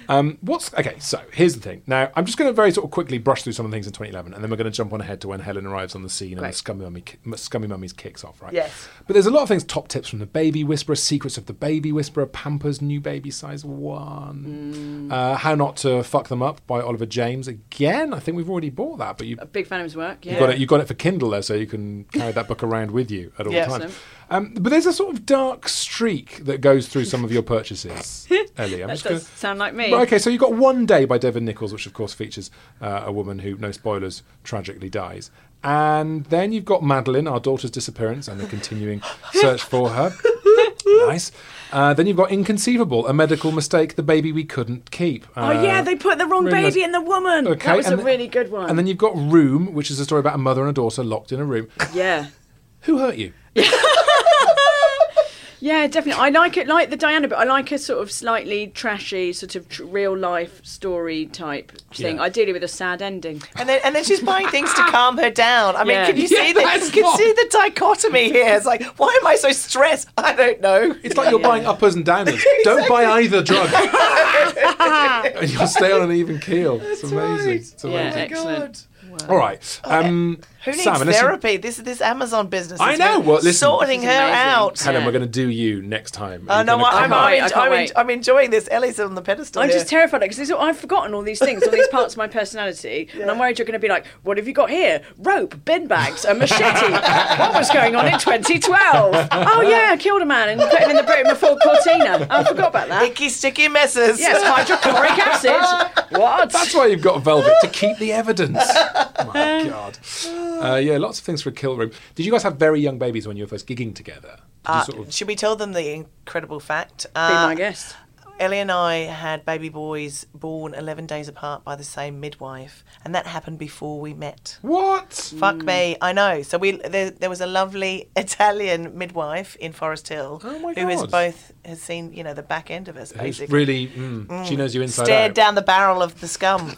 S3: Um, what's okay? So here's the thing. Now I'm just going to very sort of quickly brush through some of the things in 2011, and then we're going to jump on ahead to when Helen arrives on the scene and the Scummy Mummy, ki- Scummy Mummies kicks off, right?
S5: Yes.
S3: But there's a lot of things. Top tips from the Baby Whisperer, secrets of the Baby Whisperer, Pampers, new baby size
S5: Mm.
S3: one, uh, how not to fuck them up by Oliver James. Again, I think we've already bought that, but you
S6: Big fan of his work. Yeah.
S3: you got it. You got it for Kindle though, so you can carry that book around with you at all
S5: Yeah.
S3: times. Um, but there's a sort of dark streak that goes through some of your purchases, Ellie. I'm
S6: That
S3: just
S6: does sound like me.
S3: Well, okay, so you got One Day by David Nichols, which of course features uh, a woman who, no spoilers, tragically dies. And then you've got Madeline, our daughter's disappearance, and the continuing search for her. Nice. Uh, then you've got Inconceivable, a medical mistake, the baby we couldn't keep. Uh,
S6: Oh yeah, they put the wrong
S3: really nice.
S6: baby in the woman.
S3: Okay,
S6: that was a
S3: and-
S6: really good one.
S3: And then you've got Room, which is a story about a mother and a daughter locked in a room.
S6: yeah,
S3: Who hurt you?
S6: yeah, definitely. I like it, like the Diana, but I like a sort of slightly trashy, sort of tr- real life story type thing.
S3: Yeah.
S6: Ideally with a sad ending.
S5: And then and then she's buying things to calm her down. I mean,
S6: Yeah.
S5: can you
S3: Yeah,
S5: see the
S3: that's
S5: can you
S3: what-
S5: see the dichotomy here? It's like, why am I so stressed? I don't know.
S3: It's like you're buying uppers and downers. Don't buy either drug. and you'll stay on an even keel. It's amazing. It's
S6: Yeah, Oh,
S3: amazing.
S6: excellent. Oh,
S5: God.
S3: All right. Um,
S5: Who needs
S3: Sam, unless you-
S5: therapy? This is this Amazon business.
S3: I
S5: is
S3: know,
S5: really
S3: well, listen.
S5: sorting her out.
S3: Helen, we're going to do you next time.
S5: Oh
S3: You're
S5: no,
S3: gonna
S5: I'm,
S3: come
S6: Uh, I can't
S5: I'm,
S3: up-
S6: wait, I
S5: I'm,
S6: can't wait.
S5: I'm enjoying this. Ellie's on the pedestal.
S6: I'm
S5: here.
S6: just terrified because I've forgotten all these things, all these parts of my personality, and I'm worried you're going to be like, "What have you got here? Rope, bin bags, a machete. what was going on in 2012? Oh yeah, I killed a man and put him in the boot of a full cortina. Oh, I forgot about that.
S5: icky sticky
S6: Ah.
S5: messes.
S6: Yes, hydrochloric acid. What?
S3: That's why you've got velvet to keep the evidence. My God. Uh, yeah, lots of things for a kill room. Did you guys have very young babies when you were first gigging together? Did
S6: Uh,
S3: you sort of-
S5: Uh, Should we tell them the incredible fact?
S6: Be
S5: Uh,
S6: my guest.
S5: Ellie and I had baby boys born 11 days apart by the same midwife, and that happened before we met.
S3: what?
S5: Fuck me, I know. So we there, there was a lovely Italian midwife in Forest Hill
S3: Oh my
S5: who has
S3: God.
S5: both has seen you know the back end of us
S3: Who's
S5: basically.
S3: really? mm, She knows you inside
S5: Stared
S3: out.
S5: down the barrel of the scum.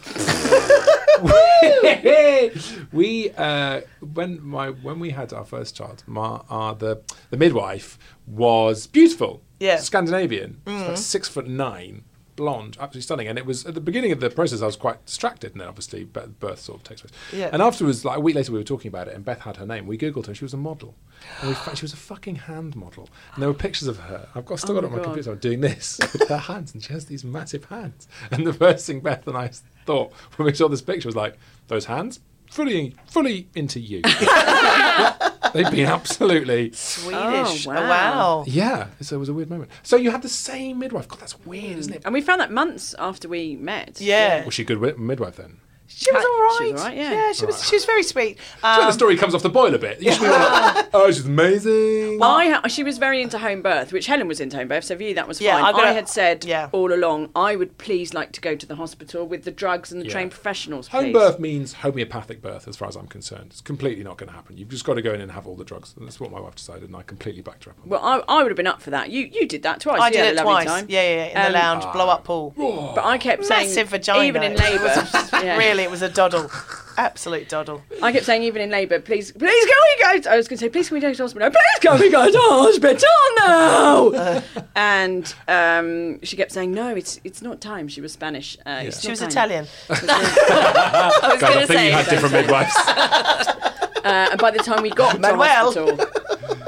S3: we uh, when my when we had our first child, my uh, the the midwife was beautiful.
S5: Yeah.
S3: Scandinavian, She was like six foot nine, blonde, absolutely stunning. And it was at the beginning of the process, I was quite distracted, and then obviously b- birth sort of takes place.
S5: Yeah.
S3: And afterwards, like a week later, we were talking about it, and Beth had her name. We googled her; she was a model. And we fa- she was a fucking hand model, and there were pictures of her. I've got still got it on my computer. I'm doing this with her hands, and she has these massive hands. And the first thing Beth and I thought when we saw this picture was like, those hands, fully, fully into you. They've been absolutely.
S5: Swedish.
S6: Oh,
S5: Oh,
S6: wow.
S5: wow.
S3: Yeah, so it was a weird moment. So you had the same midwife. God, that's weird, isn't it?
S6: And we found that months after we met.
S5: Yeah.
S3: Was she a good wi- midwife then?
S5: She was
S6: She
S5: all
S6: was
S5: right.
S6: all right, yeah.
S5: she was she was very sweet.
S3: So the
S5: Um,
S3: story comes off the boil a bit. Usually, we're like, oh, she's amazing.
S6: I ha- she was very into home birth, which Helen was into home birth, so for you that was
S5: Yeah,
S6: fine.
S5: I've got
S6: I
S5: a-
S6: had said
S5: yeah.
S6: all along, I would please like to go to the hospital with the drugs and the
S3: Yeah.
S6: trained professionals.
S3: Home
S6: please.
S3: birth means homeopathic birth, as far as I'm concerned. It's completely not going to happen. You've just got to go in and have all the drugs. And that's what my wife decided, and I completely backed her up on
S6: Well, I, I would have been up for that. You you did that twice.
S5: I
S6: You
S5: did
S6: had a
S5: it
S6: lovely
S5: twice.
S6: time.
S5: Yeah, yeah, in
S6: Um,
S5: the lounge, blow up pool.
S6: But I kept saying,
S5: Massive vagina.
S6: even in
S5: It was
S6: labour, yeah.
S5: Really, it was a doddle. Absolute doddle.
S6: I kept saying, even in labour, please, please can we go? To, I was going to say, please can we go to hospital? No, please can we go to hospital now? and um, she kept saying, no, it's it's not time. She was Spanish. Uh, it's
S5: She
S6: not
S5: was
S6: time.
S5: Italian.
S4: I was
S3: that.
S4: going to say.
S3: different midwives.
S6: Uh, and by the time we got to
S5: Manuel.
S6: hospital,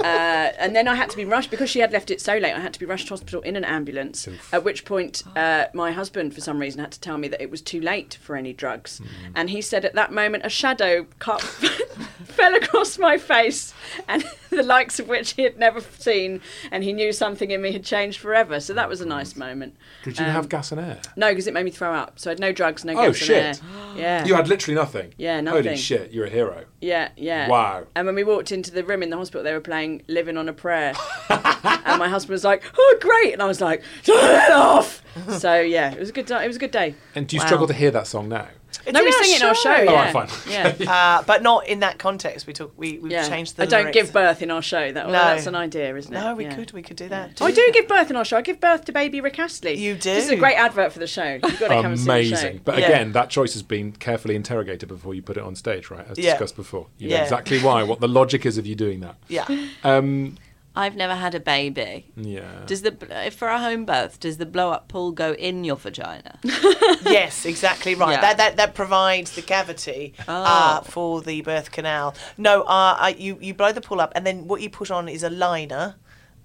S6: uh, and then I had to be rushed because she had left it so late. I had to be rushed to hospital in an ambulance. At which point, uh, my husband, for some reason, had to tell me that it was too late for any
S3: Hmm.
S6: drugs, and he said at that moment a shadow cut fell across my face, and the likes of which he had never seen, and he knew something in me had changed forever. So that was a
S3: Oh,
S6: nice moment.
S3: Did you
S6: Um,
S3: have gas and air?
S6: No, because it made me throw up. So I had no drugs, no
S3: Oh,
S6: gas
S3: shit.
S6: and air. Yeah.
S3: You had literally nothing.
S6: Yeah,
S3: Holy
S6: nothing.
S3: shit, you're a hero.
S6: Yeah, yeah.
S3: Wow.
S6: And when we walked into the room in the hospital, they were playing Living on a Prayer. and my husband was like, Oh, great. And I was like, Turn it off. So, yeah, it was a good, di- it was a good day.
S3: And do you struggle to hear that song now?
S6: no, we sing it in our show. Yeah.
S3: alright, fine.
S6: Yeah.
S5: Uh, but not in that context. We took we we
S6: yeah.
S5: have changed the.
S6: I don't
S5: lyrics.
S6: give birth in our show. That, well,
S5: No.
S6: That's an idea, isn't it?
S5: No, we
S6: Yeah. Oh,
S5: could we could do that.
S6: I do give birth in our show. I give birth to baby Rick Astley.
S5: You
S6: This is a
S5: do.
S6: great advert for the show. You've got to come and see the show.
S3: Amazing. But
S5: Yeah.
S3: again, that choice has been carefully interrogated before you put it on stage, right? As
S5: Yeah.
S3: discussed before. You know
S5: Yeah.
S3: exactly why, what the logic is of you doing that.
S5: Yeah.
S3: Um,
S4: I've never had a baby.
S3: yeah.
S4: Does the if for a home birth does the blow up pool go in your vagina?
S5: yes, exactly right.
S4: Yeah. Oh.
S5: That, that that provides the cavity uh, for the birth canal. No, uh, I, you you blow the pool up, and then what you put on is a liner,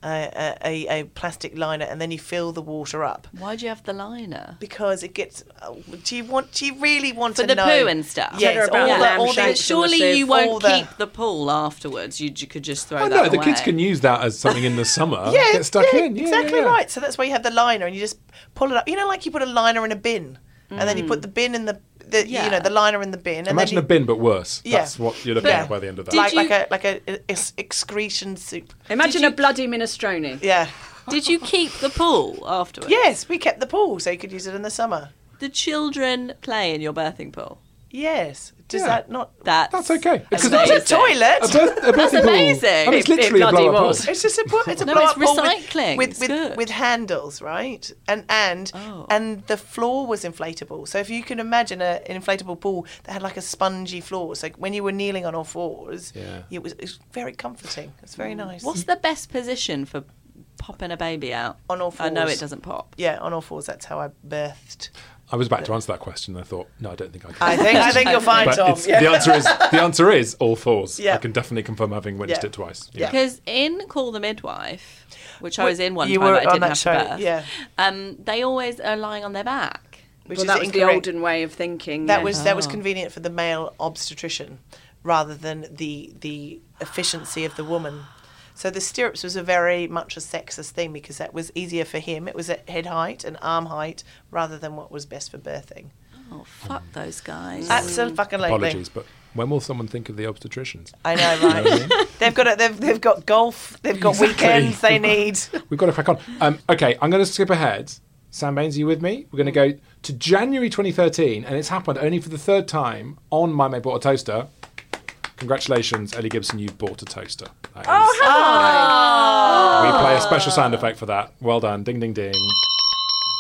S5: uh, a, a a plastic liner, and then you fill the water up
S4: Why do you have the liner?
S5: because it gets. oh, do you want? Do you really want
S4: For
S5: to
S4: the
S5: know?
S4: poo and stuff.
S6: Tell
S5: Yes,
S6: her
S5: all
S6: about
S5: the,
S6: lamb
S5: all the,
S6: shanks
S4: But surely you
S5: all
S4: won't
S5: the-
S4: keep the pool afterwards. You, you could just throw
S3: Oh,
S4: that
S3: no, the kids
S4: away.
S3: can use that as something in the summer.
S5: Yeah,
S3: Get stuck
S5: yeah,
S3: in. Yeah,
S5: exactly
S3: yeah, yeah.
S5: right. So that's why you have the liner and you just pull it up. You know, like you put a liner in a bin, and then you put the bin in the, the you know
S4: Mm. Yeah.
S5: the liner in the bin. And
S3: Imagine a
S5: then you,
S3: bin, but worse.
S5: Yeah.
S3: That's what you're looking
S5: Yeah.
S3: at by the end of that.
S5: like,
S4: Did
S5: like a like a, a ex- excretion soup.
S6: Imagine
S4: Did
S6: a
S4: you-
S6: bloody minestrone.
S5: Yeah.
S4: Did you keep the pool afterwards?
S5: Yes, we kept the pool so you could use it in the summer.
S4: The children play in your birthing pool.
S5: Yes. Does
S3: Yeah.
S5: that not?
S4: That's,
S3: That's okay. It's
S5: Not a
S4: amazing.
S3: A
S5: toilet.
S3: birth, a birthing pool.
S4: amazing.
S3: I mean, it's
S6: It- it
S3: literally a
S6: bloody
S3: blow
S6: was.
S5: It's just a bu- it's a
S4: No,
S5: blow
S4: it's
S5: up pool with-
S4: recycling.
S5: with
S4: It's
S5: with,
S4: good.
S5: with handles, right? And and and the floor was inflatable. So if you can imagine a, an inflatable pool that had like a spongy floor, so when you were kneeling on all fours,
S3: Yeah.
S5: it was it was very comforting. It's very nice.
S4: What's the best position for popping a baby out?
S5: On all
S4: I know
S5: fours.
S4: it doesn't pop.
S5: yeah, on all fours. That's how I birthed.
S3: I was about to answer that question. and I thought, no, I don't think I can.
S5: I think I think you're fine,
S3: but
S5: Tom.
S3: it's,
S5: Yeah.
S3: the answer is the answer is all fours.
S5: Yeah.
S3: I can definitely confirm having witnessed
S5: Yeah.
S3: it twice.
S5: Yeah.
S4: Because in Call the Midwife, which I
S5: Wait,
S4: was in one
S5: you
S4: time,
S5: were
S4: but I
S5: on
S4: didn't
S5: that
S4: have
S5: show,
S4: to birth.
S5: yeah.
S4: Um, they always are lying on their back.
S5: Which
S6: well,
S5: is
S6: that was the
S5: incorrect.
S6: olden way of thinking.
S5: That
S6: yeah.
S5: was that was convenient for the male obstetrician rather than the the efficiency of the woman. So the stirrups was a very much a sexist thing because that was easier for him. It was at head height and arm height rather than what was best for birthing.
S6: Mm.
S4: Oh fuck those guys!
S5: Absolutely fucking
S3: Apologies, but when will someone think of the obstetricians?
S5: I know,
S3: You know what I
S5: right?
S3: mean?
S5: they've got a, they've they've got golf. They've got weekends. They need.
S3: We've got to crack on. Um, okay, I'm going to skip ahead. Sam Baines, are you with me? We're going to go to January 2013, and it's happened only for the third time on My Mate Bought a Toaster. Congratulations, Ellie Gibson, you've bought a toaster. That
S6: Oh,
S3: is- We play a special sound effect for that. Well done. Ding, ding, ding.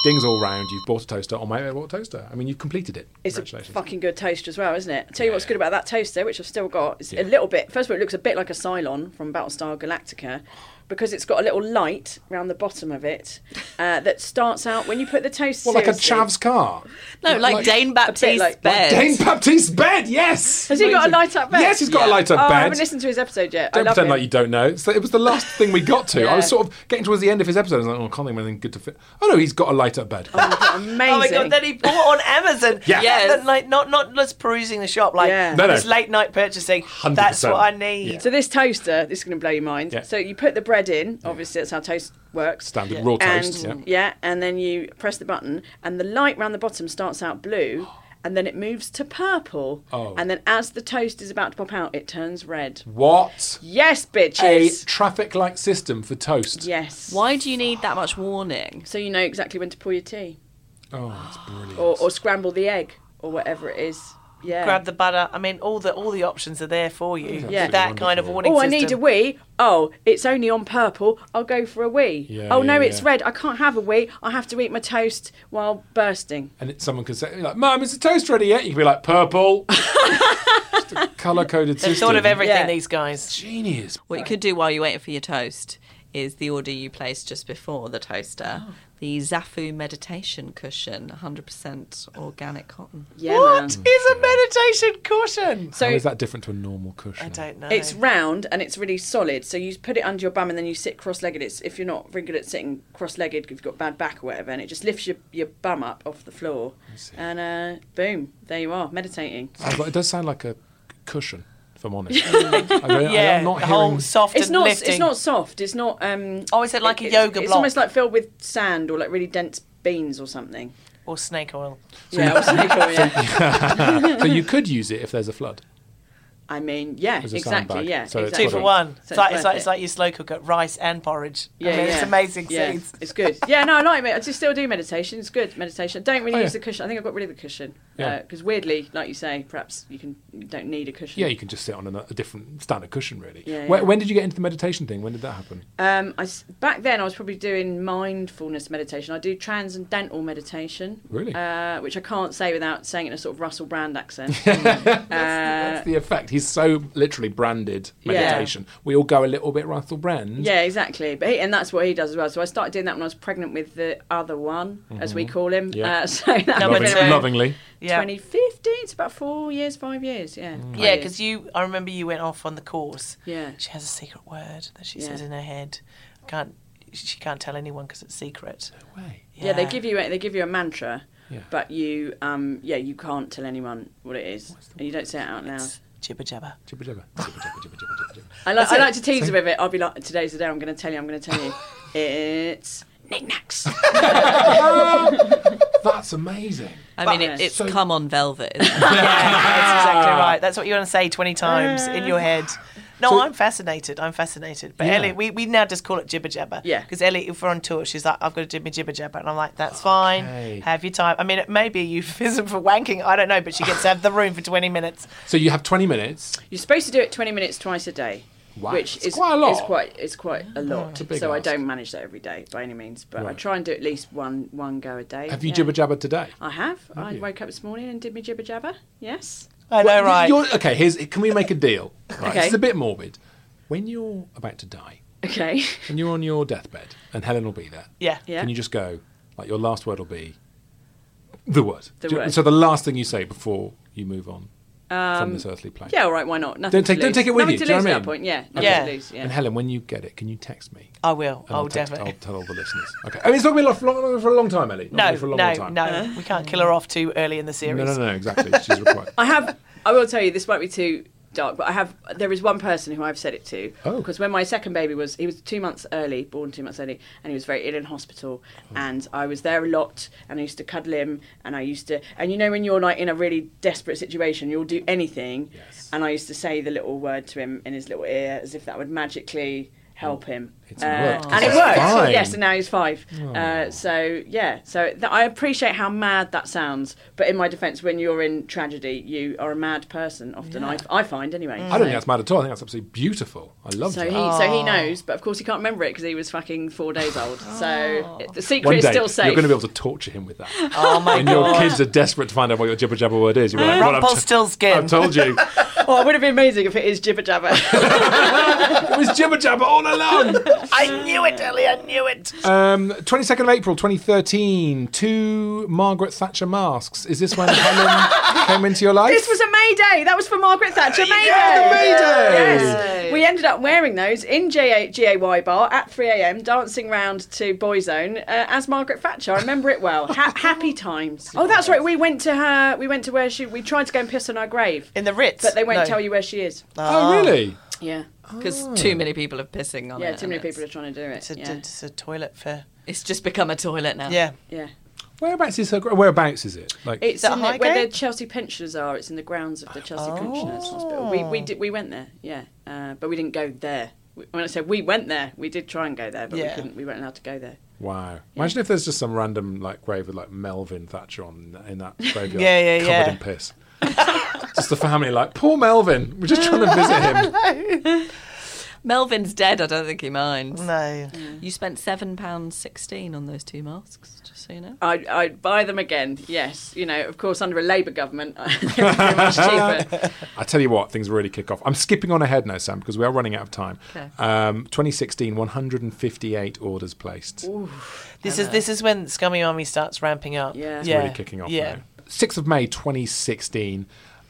S3: Dings all round. You've bought a toaster on My Mate Bought a Toaster. I mean, you've completed it.
S6: It's a
S3: Congratulations.
S6: fucking good toaster as well, isn't it? tell you what's good about that toaster, which I've still got, is a little bit. First of all, it looks a bit like a Cylon from Battlestar Galactica because it's got a little light round the bottom of it uh, that starts out when you put the toaster.
S3: well, like a
S6: seriously-
S3: Chav's car.
S4: no, like, Dane Baptiste's
S6: like-
S4: bed.
S3: Dane Baptiste's bed, yes!
S6: Has he got a light up bed?
S3: Yes, he's got a light up
S6: oh,
S3: bed.
S6: I haven't listened to his episode yet. I
S3: Don't
S6: love
S3: pretend
S6: him.
S3: like you don't know. It's like- it was the last thing we got to. I was
S6: Yeah.
S3: sort of getting towards the end of his episode. I was like, oh, I can't think of anything good to fit. Oh no, he's got a light up bed.
S6: Amazing.
S5: Oh my god! That he bought on Amazon.
S3: Yeah. Yes.
S5: That- Like not not just perusing the shop. Like
S6: Yeah.
S3: No, no.
S5: this late night purchasing. That's
S3: 100%.
S5: what I need.
S6: So this toaster, this is going to blow your mind.
S3: Yeah.
S6: So you put the bread in. Obviously, that's how toast works.
S3: Standard raw
S6: and
S3: toast. yeah.
S6: yeah, and then you press the button, and the light round the bottom starts out blue, and then it moves to purple,
S3: Oh.
S6: and then as the toast is about to pop out, it turns red.
S3: What
S6: Yes,
S3: a
S6: bitches.
S3: traffic light system for toast.
S6: Yes.
S4: Why do you need that much warning?
S6: So you know exactly when to pour your tea,
S3: Oh, that's brilliant.
S6: or, or scramble the egg, or whatever it is. Yeah.
S5: Grab the butter. I mean, all the all the options are there for you.
S6: Yeah.
S5: That kind of
S3: wonderful.
S5: warning.
S6: Oh, I need a
S5: system.
S6: wee. Oh, it's only on purple. I'll go for a wee.
S3: Yeah,
S6: oh no,
S3: yeah,
S6: it's
S3: yeah.
S6: red. I can't have a wee. I have to eat my toast while bursting.
S3: and it, someone could say, like, Mum, is the toast ready yet? You could be like, purple. Just a colour coded system.
S5: They've thought of everything.
S6: Yeah.
S5: These guys.
S3: Genius.
S4: What you could do while you're waiting for your toast is the order you placed just before the toaster.
S6: Oh.
S4: The Zafu meditation cushion, 100% organic cotton.
S6: Yeah,
S5: What
S6: man.
S5: is a meditation cushion?
S6: So
S3: How is that different to a normal cushion?
S5: I don't know.
S6: It's round and it's really solid. So you put it under your bum and then you sit cross-legged. It's if you're not very good at sitting cross-legged, if you've got bad back or whatever, and it just lifts your, your bum up off the floor. And uh, boom, there you are meditating.
S3: Sounds like- it does sound like a cushion, if I'm honest. I don't-
S5: yeah,
S3: I'm not
S5: the
S3: hearing
S5: whole soft
S6: It's
S5: and
S6: not
S5: lifting.
S6: it's not soft. It's not. Um,
S5: Oh, is it like a yoga
S6: It's
S5: block?
S6: almost like filled with sand or like really dense beans or something.
S5: or snake oil.
S6: yeah, or snake oil, yeah.
S3: so you could use it if there's a flood.
S6: I mean, yeah,
S3: As a
S6: exactly.
S3: sandbag.
S6: Yeah,
S3: So it's
S6: exactly.
S5: Two for one.
S6: So
S5: It's like it's
S6: worth
S5: like,
S6: it.
S5: it's like your slow cooker, rice and porridge.
S6: Yeah,
S5: I mean, it's
S6: yeah.
S5: amazing
S6: Yeah,
S5: seeds.
S6: It's good. Yeah, no, I like it. I just still do meditation. It's good meditation. I don't really
S3: Oh,
S6: use
S3: yeah.
S6: the cushion. I think I got rid of the cushion
S3: Yeah.
S6: because weirdly, like you say, perhaps you can you don't need a cushion.
S3: Yeah, you can just sit on a, a different standard cushion, really.
S6: Yeah,
S3: Where,
S6: yeah.
S3: When did you get into the meditation thing? When did that happen?
S6: Um, I s back then I was probably doing mindfulness meditation. I do transcendental meditation.
S3: Really?
S6: Uh, which I can't say without saying it in a sort of Russell Brand accent.
S3: That's the effect. He's so literally branded
S6: Yeah.
S3: meditation. We all go a little bit Russell Brand.
S6: Yeah, exactly. But he, and that's what he does as well. So I started doing that when I was pregnant with the other one, as we call him.
S3: Mm-hmm. Yeah.
S6: Uh, so that was
S5: Number two.
S3: Loving,
S6: around
S3: lovingly.
S5: Yeah.
S6: 2015. It's about four years, five years. Yeah.
S3: Mm.
S5: Yeah, because you, I remember you went off on the course.
S6: Yeah.
S5: She has a secret word that she says
S6: Yeah.
S5: in her head. Can't she can't tell anyone because it's secret.
S3: Way.
S6: yeah. they give you a, they give you a mantra,
S3: Yeah.
S6: but you um yeah you can't tell anyone what it is, and you don't say it out loud.
S5: jibber jabber.
S3: Jibber jabber, jibber jabber, jibber jabber, jibber jabber.
S6: I like I like to tease them with it. I'll be like today's the day I'm going to tell you. I'm going to tell you. It's knickknacks.
S3: That's amazing.
S4: I mean, it, it's
S3: So-
S4: come on velvet. isn't it?
S5: Yeah,
S3: Ah.
S5: that's exactly right. That's what you want to say twenty times in your head. No, I'm fascinated. I'm fascinated. But Ellie, we, we now just call it jibber jabber.
S6: Yeah.
S5: Because Ellie, if we're on tour, she's like, I've got to do my jibber jabber, and I'm like, that's fine.
S3: Okay.
S5: Have your time. I mean, it may be a euphemism for wanking. I don't know, but she gets to have the room for twenty minutes.
S3: So you have 20 minutes.
S6: You're supposed to do it 20 minutes twice a day.
S3: Wow,
S6: Which
S3: that's
S6: is
S3: quite a lot.
S6: It's quite, it's quite a lot.
S3: a big
S6: so I
S3: ask.
S6: don't manage that every day by any means, but I
S3: Right.
S6: try and do at least one one go a day.
S3: Have you
S6: yeah.
S3: jibber jabber today?
S6: I have. I
S3: you?
S6: woke up this morning and did me jibber jabber. Yes.
S5: I know, right?
S3: You're, okay, here's. Can we make a deal? Right,
S6: Okay.
S3: This is a bit morbid. When you're about to die,
S6: Okay.
S3: when you're on your deathbed, and Helen will be there,
S5: yeah.
S6: Yeah.
S3: can you just go? Like your last word will be, The word.
S6: The
S3: Do you-
S6: word.
S3: So the last thing you say before you move on from this earthly plane.
S6: Um, Yeah, all right, why not? Nothing
S3: Don't take-
S6: to
S3: don't
S6: lose.
S3: take it with
S6: Nothing
S3: you,
S6: to
S3: do you
S6: lose
S3: know
S6: at
S3: what
S6: that
S3: I mean?
S6: point, yeah. Nothing
S5: Yeah.
S6: to lose, yeah.
S3: And Helen, when you get it, can you text me?
S5: I will.
S3: And
S5: I'll
S3: text-
S5: Oh, definitely.
S3: Oh, I'll tell all the listeners. Okay. I mean, it's not been a lot- for a long, for a long time, Ellie. Not
S5: no,
S3: been for a long,
S5: no,
S3: long time.
S6: Uh,
S3: Uh-huh.
S5: no. We can't kill her off too early in the series.
S3: no, no, no, exactly. She's required.
S6: I have. I will tell you, this might be too dark, but I have. There is one person who I've said it to.
S3: Oh.
S6: Because when my second baby was, he was two months early, born two months early, and he was very ill in hospital,
S3: Oh.
S6: and I was there a lot, and I used to cuddle him, and I used to, and you know when you're like in a really desperate situation, you'll do anything,
S3: Yes.
S6: and I used to say the little word to him in his little ear as if that would magically. Help him,
S3: Oh.
S6: Uh,
S3: It's worked, 'cause
S6: and it
S3: he's
S6: worked.
S3: fine.
S6: Yes, and now he's five.
S3: Oh.
S6: Uh, so yeah, so th- I appreciate how mad that sounds. But in my defence, when you're in tragedy, you are a mad person. Often, I, I find anyway.
S3: I don't think that's mad at all. I think that's absolutely beautiful. I love
S6: so
S3: that.
S6: he so he knows, but of course he can't remember it because he was fucking four days old. So it- the secret
S3: One
S6: is
S3: day,
S6: still safe.
S3: you're going to be able to torture him with that.
S5: Oh my
S3: when your
S5: god.
S3: kids are desperate to find out what your jibber jabber word is, you're like, well, I've, t-
S5: Rumpelstiltskin.
S3: I've told you.
S6: oh, it would have been amazing if it is jibber jabber.
S3: it was jibber jabber all along.
S5: I knew it, Ellie. I knew it.
S3: Um, 22nd of April 2013, two Margaret Thatcher masks. Is this when Helen came into your life?
S6: this was a May Day. That was for Margaret Thatcher. May Day.
S3: the May Day.
S6: Yes. We ended up wearing those in GA, GAY bar at 3 a.m. dancing round to Boyzone uh, as Margaret Thatcher. I remember it well. Ha- happy times. Oh, that's right. We went to her. We went to where she. We tried to go and piss on her grave,
S5: In the Ritz.
S6: but they won't
S5: No.
S6: tell you where she is.
S5: Ah.
S3: Oh, really?
S6: Yeah.
S4: because too many people are pissing on it.
S6: Oh. Yeah. Too
S4: and
S6: many
S4: it's-
S6: people are trying to do it.
S5: It's a,
S6: yeah.
S5: it's a toilet for.
S4: It's just become a toilet now.
S5: Yeah.
S6: yeah.
S3: Whereabouts is her? gra- Whereabouts is it? Like,
S6: It's
S5: that
S6: in the,
S5: Highgate?
S6: where the Chelsea pensioners are. It's in the grounds of the Chelsea pensioners hospital. We
S5: Oh.
S6: we did, we went there, yeah, uh, but we didn't go there. We- When I said we went there, we did try and go there, but
S5: Yeah.
S6: we couldn't. We weren't allowed to go there.
S3: wow. Imagine if there's just some random like grave with like Melvin Thatcher on in that graveyard,
S5: Yeah, yeah,
S3: covered
S5: yeah.
S3: in piss. just the family, like poor Melvin. We're just trying to visit him.
S4: Melvin's dead. I don't think he minds.
S5: No.
S6: Mm.
S4: You spent seven pounds sixteen on those two masks. Just so you know.
S6: I'd, I'd buy them again. Yes, you know, of course, under a Labour government, they're very much cheaper.
S3: I tell you what, things really kick off. I'm skipping on ahead now, Sam, because we are running out of time. Um, 2016, 158 orders placed.
S5: This is this is when Scummy Army starts ramping up.
S6: Yeah. It's
S3: really kicking off
S5: Yeah.
S3: now. 6th of May 2016,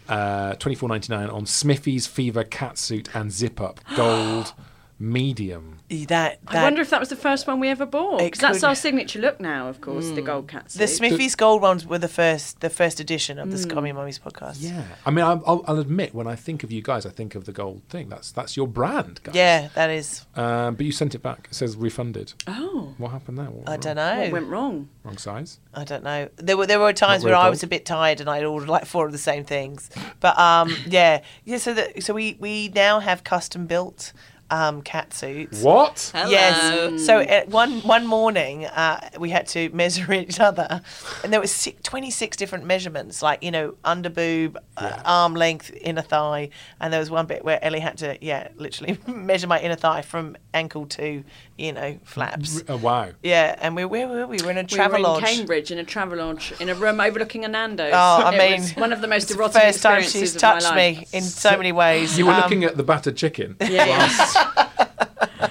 S3: uh, 24.99 on Smithy's Fever catsuit and zip up gold medium.
S5: That, E, that
S6: I wonder if that was the first one we ever bought.
S5: It
S6: Because that's
S5: could- Mm.
S6: our signature look now, of course, the gold cat
S5: the
S6: suit.
S5: Smithies Gold ones were the first the first edition of the
S6: Hmm.
S5: Scummy Mummies podcast.
S3: Yeah, I mean, I'll, I'll, I'll admit when I think of you guys, I think of the gold thing. That's that's your brand, guys.
S5: Yeah, that is.
S3: Um, but you sent it back. It says refunded.
S6: oh,
S3: What happened there? What,
S5: I don't
S6: what
S5: know.
S6: went wrong?
S3: Wrong size.
S5: I don't know. There were there were times
S3: Not
S5: where
S3: very
S5: I
S3: bold.
S5: was a bit tired and I'd ordered like four of the same things. But um, yeah, yeah. So that so we we now have custom built um, cat suits.
S3: What?
S4: Hello.
S5: Yes. So uh, one one morning, uh, we had to measure each other, and there was si 26 different measurements, like you know, under boob, uh, arm length, inner thigh, and there was one bit where Ellie had to, yeah, literally measure my inner thigh from ankle to, you know, flaps.
S3: Oh, wow.
S5: Yeah, and we where were we? We were in a
S6: We were
S5: travel lodge.
S6: in Cambridge in a travelodge in a room overlooking a Nando's.
S5: Oh, I
S6: It
S5: mean,
S6: was one of the most
S5: it's
S6: erotic
S5: first time
S6: experiences
S5: she's
S6: of my
S5: touched
S6: life.
S5: me in so many ways.
S3: You were
S5: Um,
S3: looking at the battered chicken.
S6: Yeah, yeah.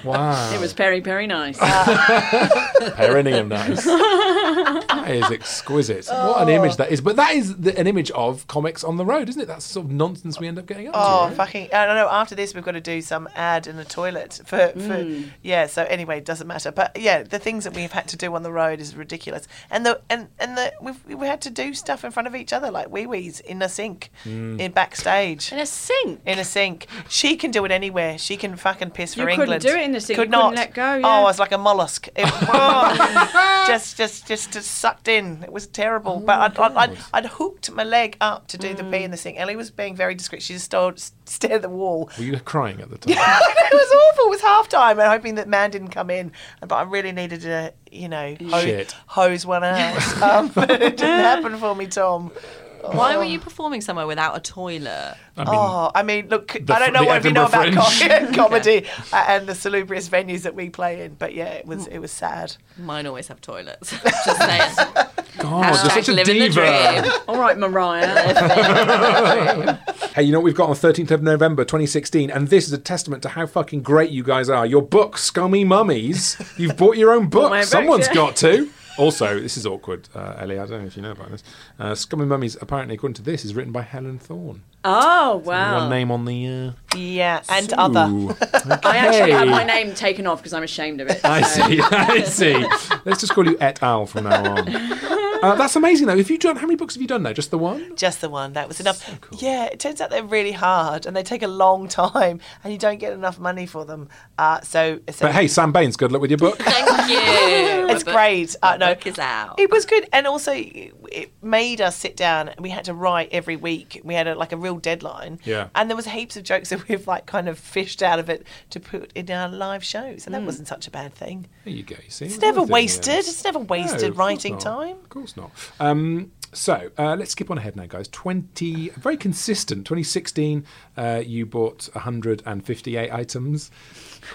S3: Wow.
S6: it was very, very nice.
S3: Perineum nice. that is exquisite. What an image that is. But that is the, an image of comics on the road, isn't it? That's the sort of nonsense we end up getting up
S5: Oh
S3: to.
S5: fucking! I don't know. After this, we've got to do some ad in a toilet for, for yeah. So anyway, it doesn't matter. But yeah, the things that we've had to do on the road is ridiculous. And the and and the we've we had to do stuff in front of each other like wee wees in a sink in backstage.
S6: in a sink.
S5: In a sink. She can do it anywhere. She can fucking piss
S6: You
S5: for
S6: couldn't
S5: England.
S6: do it in the sink. You
S5: Could
S6: couldn't
S5: not
S6: let go,
S5: Oh,
S6: yeah.
S5: I was like a mollusk. It, oh, just, just, just, just sucked in. It was terrible. but I'd,
S6: Oh,
S5: I'd, I'd, I'd hooked my leg up to do the
S6: Mm.
S5: pee in the sink. Ellie was being very discreet. She just stared, stared at the wall.
S3: Were you crying at the time?
S5: it was awful. It was half time, and hoping that man didn't come in. But I really needed to, you know, ho-
S3: Shit.
S5: hose one out. um, but it didn't happen for me, Tom.
S4: Why were you performing somewhere without a toilet?
S3: I mean,
S5: Oh, I mean, look,
S3: the
S5: I don't
S3: fr-
S5: know
S3: the
S5: what we know about
S3: Edinburgh
S5: com- comedy uh and the salubrious venues that we play in, but yeah, it was it was sad.
S4: Mine always have toilets. just saying.
S3: God, you're such
S4: Hashtag
S3: a
S4: living the
S3: diva.
S4: dream.
S6: All right, Mariah.
S3: Hey, you know what we've got on the 13th of November 2016? And this is a testament to how fucking great you guys are. Your book, Scummy Mummies. You've bought your own book.
S6: my book,
S3: Someone's
S6: yeah.
S3: got to. also, this is awkward, uh, Ellie. I don't know if you know about this. Uh, Scummy Mummies, apparently, according to this, is written by Helen Thorne.
S6: Oh wow!
S3: One name on the. Uh,
S5: Yeah, and other.
S3: Ooh. Okay.
S6: I actually had my name taken off because I'm ashamed of it.
S3: I
S6: so-
S3: see. I see. Let's just call you Et al. from now on. Uh, that's amazing, though. If you done, how many books have you done now? Just the one?
S5: Just the one. That was enough. Yeah, it turns out they're really hard and they take a long time and you don't get enough money for them. Uh, so, so
S3: But hey, Sam Baines, good luck with your book.
S4: Thank you.
S5: it's great. Uh, no,
S4: book is out.
S5: It was good, and also it made us sit down. and We had to write every week. We had a, like a real deadline.
S3: Yeah.
S5: And there was heaps of jokes that we've like kind of fished out of it to put in our live shows,
S4: Hmm.
S5: and that wasn't such a bad thing.
S3: There you go. You see,
S5: It's
S3: Another
S5: never
S3: thing, yeah.
S5: wasted. It's never
S3: No,
S5: wasted
S3: of course
S5: writing
S3: not.
S5: time.
S3: Of course not. Um, so uh, let's skip on ahead now, guys. Twenty, very consistent. Twenty sixteen, uh, you bought hundred and fifty eight items.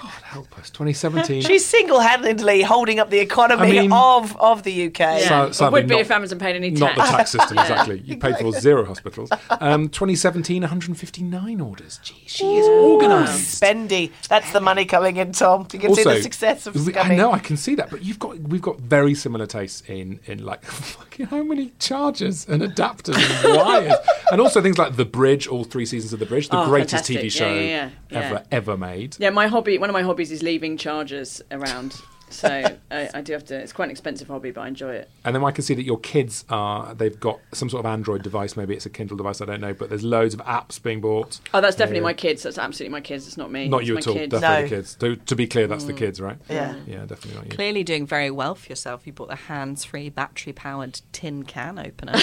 S3: God help us. Twenty seventeen.
S5: She's single-handedly holding up the economy
S3: I mean-
S5: of of the UK.
S6: Yeah.
S3: So-
S6: it would be
S3: not-
S6: if Amazon paid any
S3: Not
S6: tax.
S3: the tax system, exactly. You paid for zero hospitals. Um, 2017, 159 orders. Gee, she is organised.
S5: Spendy. That's the money coming in, Tom. You can see the success of
S3: we-
S5: Scummy.
S3: I know I can see that, but you've got we've got very similar tastes in in like fucking how many chargers and adapters and wires, and also things like The Bridge, all three seasons of The Bridge, the
S6: Oh,
S3: greatest
S6: fantastic.
S3: TV
S6: Yeah,
S3: show
S6: yeah, yeah.
S3: ever ever made.
S6: Yeah, my hobby. One of my hobbies is leaving chargers around. So I, I do have to. It's quite an expensive hobby, but I enjoy it.
S3: And then I can see that your kids are they've got some sort of Android device, maybe it's a Kindle device, I don't know, but there's loads of apps being bought.
S6: Oh, that's definitely my kids. That's absolutely my kids. It's not me.
S3: Not
S6: It's
S3: you
S6: my
S3: at all,
S6: kids.
S3: definitely
S5: No. Mm.
S3: the kids. To, to be clear, that's the kids, right?
S5: Yeah.
S3: yeah, definitely not you.
S4: Clearly doing very well for yourself. You bought the hands-free, battery-powered tin can opener.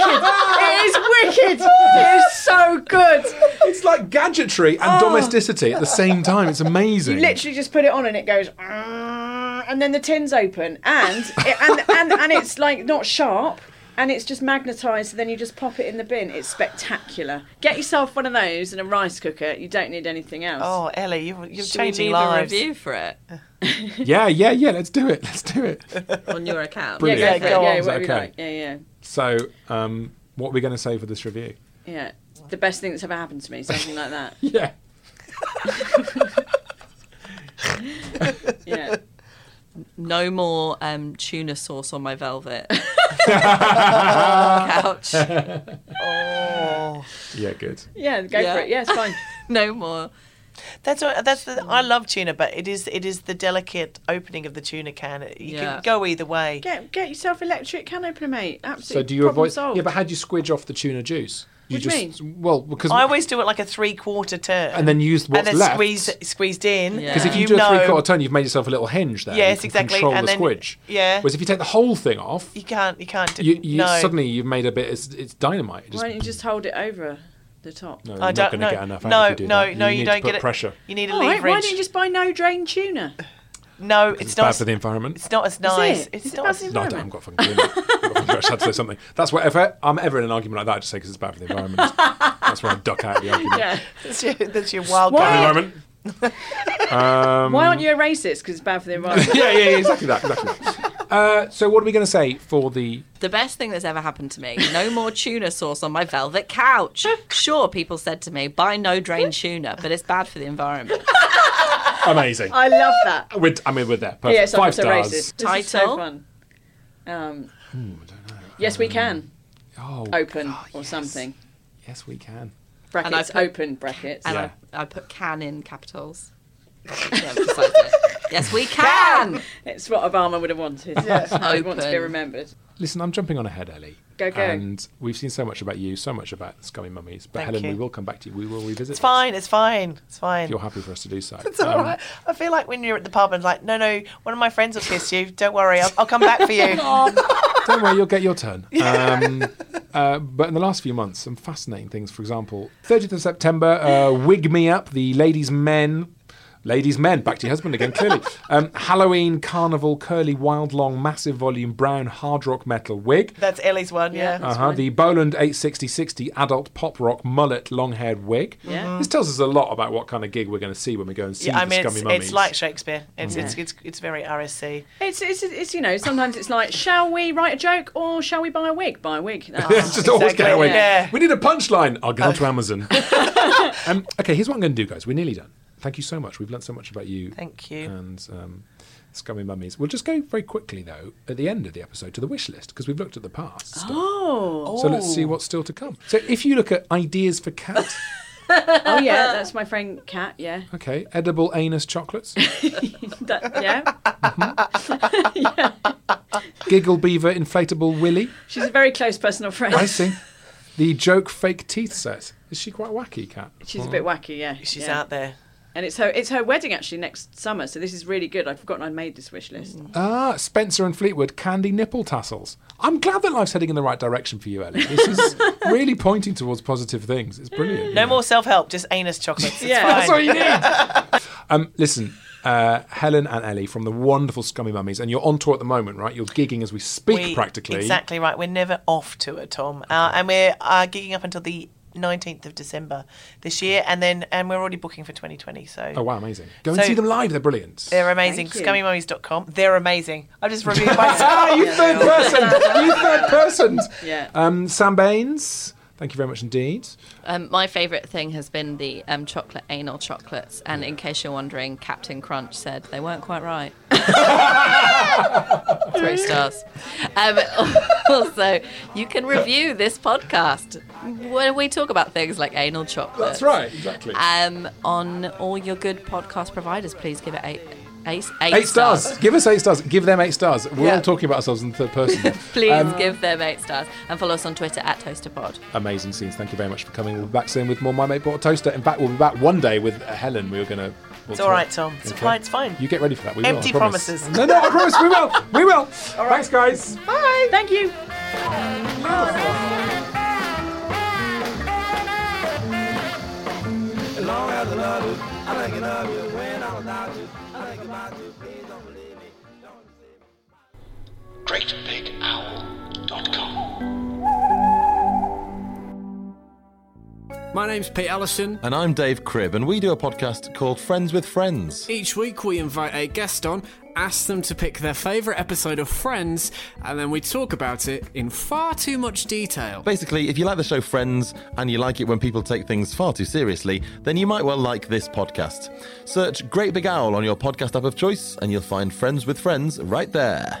S6: It is wicked. It is so good.
S3: It's like gadgetry and domesticity at the same time. It's amazing.
S6: You Oh. literally just put it on and it goes, "Ah," and then the tin's open, and it, and, and and it's like not sharp, and it's just magnetised. So then you just pop it in the bin. It's spectacular. Get yourself one of those and a rice cooker. You don't need anything else.
S5: Oh, Ellie, you, you're
S4: Should we
S5: changing
S4: leave a
S5: lives.
S4: review for it
S3: Yeah, yeah, yeah. Let's do it. Let's do it.
S4: on your account?
S6: yeah,
S3: brilliant.
S6: go for it.
S5: Yeah, go
S6: yeah,
S5: on.
S6: whatever you
S3: Okay.
S6: like. Yeah, yeah,
S3: So, um, what are we going to say for this review?
S6: yeah. The best thing that's ever happened to me, something like that.
S3: Yeah.
S6: Yeah.
S4: No more um, tuna sauce on my velvet couch.
S5: Oh.
S3: Yeah, good.
S6: Yeah, go
S4: Yeah.
S6: for it. Yeah, it's fine.
S4: No more.
S5: That's what, that's the,
S3: Mm.
S5: I love tuna, but it is it is the delicate opening of the tuna can. You
S4: Yeah.
S5: can go either way.
S6: Get get yourself electric can opener, mate. Absolutely.
S3: So, do you
S6: problem
S3: avoid?
S6: Solved.
S3: Yeah, but how do you squidge off the tuna juice? You
S6: What do you
S3: just well because
S5: I always do it like a three quarter turn,
S3: and then use what's
S5: and then
S3: left.
S5: squeeze squeezed in.
S4: Yeah.
S3: because if you, do a three quarter turn, you've made yourself a little hinge there.
S5: Yes,
S3: you can
S5: exactly,
S3: Control
S5: and
S3: the
S5: then-
S3: squidge.
S5: yeah.
S3: Whereas if you take the whole thing off,
S5: you can't you can't do
S3: you, you
S5: no.
S3: suddenly you've made a bit. It's, it's dynamite. It
S6: Why
S3: just-
S6: don't you just hold it over the top?
S3: no,
S5: I
S3: you're not
S5: don't
S3: going
S5: know.
S3: to get enough. out
S5: no,
S3: if you do
S5: no,
S3: that.
S5: no,
S3: You,
S5: you
S3: need
S5: don't
S3: to put
S5: get it.
S3: pressure.
S5: You need a
S6: All right,
S5: leverage.
S6: why don't you just buy no drain tuna?
S5: no, it's,
S3: It's
S5: not.
S3: bad
S5: as-
S3: for the environment.
S5: It's not as nice.
S6: it?
S5: It's
S6: Is it
S5: not
S6: bad
S5: as
S6: for the
S3: No, I
S6: environment?
S3: don't, I've got a fucking clue. I've got a fucking clue. I just had to say something. That's where if I, I'm ever in an argument like that, I just say because it's bad for the environment. That's where I duck out of the argument. Uh,
S6: Yeah.
S5: That's your, that's your wild
S6: Why-
S5: card.
S3: Environment. um,
S6: Why aren't you a racist? Because it's bad for the environment.
S3: yeah, yeah, yeah, exactly that. Exactly. Uh, so what are we going to say for the?
S4: The best thing that's ever happened to me. No more tuna sauce on my velvet couch. Sure, people said to me, buy no drain tuna, but it's bad for the environment.
S3: Amazing.
S6: I love that.
S3: We're, I mean, we're there. Perfect.
S6: Yes, I'm
S3: Five
S6: so
S3: stars.
S6: racist. This is so
S4: Title?
S6: fun. Um,
S3: Hmm,
S6: Yes, we can.
S3: Oh,
S6: Open
S3: oh,
S6: or
S3: yes.
S6: something.
S3: Yes, we can.
S4: And I
S6: Brackets,
S4: put-
S6: open brackets.
S4: And
S3: Yeah.
S4: I, I put can in capitals. To emphasise it. Yes, we can.
S6: It's what Obama would have wanted. Yes. I want to be
S4: Open.
S6: remembered.
S3: Listen, I'm jumping on ahead, Ellie.
S6: Go, go.
S3: And we've seen so much about you, so much about the Scummy Mummies. But
S5: Thank
S3: Helen,
S5: you.
S3: we will come back to you. We will revisit.
S5: It's fine. It's fine. It's fine.
S3: If you're happy for us to do so. Um,
S5: It's all right. I feel like when you're at the pub and like, no, no, one of my friends will kiss you. Don't worry, I'll, I'll come back for you.
S3: Don't worry, you'll get your turn. Um, uh, but in the last few months, some fascinating things. For example, 30th of September, uh, Wig Me Up, the Ladies Men. Ladies, men, back to your husband again, clearly. Um, Halloween, carnival, curly, wild, long, massive volume, brown, hard rock metal wig.
S5: That's Ellie's one. Yeah.
S3: Uh-huh. The Boland 86060 adult pop rock mullet long haired wig.
S6: Yeah.
S3: This tells us a lot about what kind of gig we're going to see when we go and see
S5: Yeah, I
S3: the
S5: mean,
S3: Scummy
S5: it's,
S3: Mummies. Mm.
S5: it's like Shakespeare. It's, it's, it's, it's very RSC.
S6: It's, it's, it's, you know, sometimes it's like, shall we write a joke or shall we buy a wig? Buy a wig.
S3: It's just always
S5: Exactly,
S3: get away.
S5: yeah.
S3: We need a punchline. I'll get onto Amazon. um, okay, here's what I'm going to do, guys. We're nearly done. Thank you so much. We've learned so much about you.
S5: Thank you.
S3: And um, Scummy Mummies. We'll just go very quickly, though, at the end of the episode to the wish list because we've looked at the past. stuff.
S6: Oh.
S3: So let's see what's still to come. So if you look at ideas for cat,
S6: Oh yeah, that's my friend Kat. Yeah.
S3: okay, edible anus chocolates,
S6: That- yeah.
S3: giggle beaver inflatable willy,
S6: She's a very close personal friend.
S3: icing, the joke fake teeth set. Is she quite wacky, cat?
S6: She's a bit wacky, yeah.
S5: She's
S6: yeah.
S5: out there.
S6: And it's her it's her wedding actually next summer, so this is really good. I'd forgotten I'd made this wish list.
S8: Mm.
S3: Ah, Spencer and Fleetwood candy nipple tassels. I'm glad that life's heading in the right direction for you, Ellie. This is really pointing towards positive things. It's brilliant.
S5: No more self help, just anus chocolates. It's
S6: Yeah.
S5: fine.
S3: That's all you need. um, listen, uh, Helen and Ellie from the wonderful Scummy Mummies, and you're on tour at the moment, right? You're gigging as we speak,
S5: We-
S3: practically.
S5: Exactly right. We're never off to it, Tom. Uh, and we're uh, gigging up until the 19th of December this year, and then and we're already booking for 2020. So
S3: Oh wow, amazing! Go and
S5: So-
S3: see them live; they're brilliant.
S5: they're amazing.
S6: Thank you.
S5: ScummyMummies.com. They're amazing. I just reviewed myself.
S3: ah, you third person, you third person.
S6: Yeah.
S3: Um, Sam Baines, thank you very much indeed.
S4: Um, my favourite thing has been the um, chocolate anal chocolates. And in case you're wondering, Captain Crunch said they weren't quite right. Three stars. Um, also, you can review this podcast where we talk about things like anal chocolate.
S3: That's right, exactly.
S4: Um, on all your good podcast providers, please give it eight, eight, eight,
S3: Eight stars. Give us eight stars. Give them eight stars. We're all talking about ourselves in the third person.
S4: Please
S3: Um,
S4: give them eight stars and follow us on Twitter at ToasterPod.
S3: amazing scenes. Thank you very much for coming. We'll be back soon with more My Mate Bought a Toaster. In fact, we'll be back one day with uh, Helen. We were going to.
S5: It's all right, Tom. It's fine, it's fine.
S3: You get ready for that. We
S5: Empty
S3: will, I promise.
S5: promises.
S3: No, no, I promise we will. We will. Thanks, guys.
S6: Bye. Thank you.
S2: GreatBigOwl.com.
S8: My name's Pete Allison.
S9: And I'm Dave Cribb, and we do a podcast called Friends with Friends.
S8: Each week we invite a guest on, ask them to pick their favourite episode of Friends, and then we talk about it in far too much detail.
S9: Basically, if you like the show Friends and you like it when people take things far too seriously, then you might well like this podcast. Search Great Big Owl on your podcast app of choice, and you'll find Friends with Friends right there.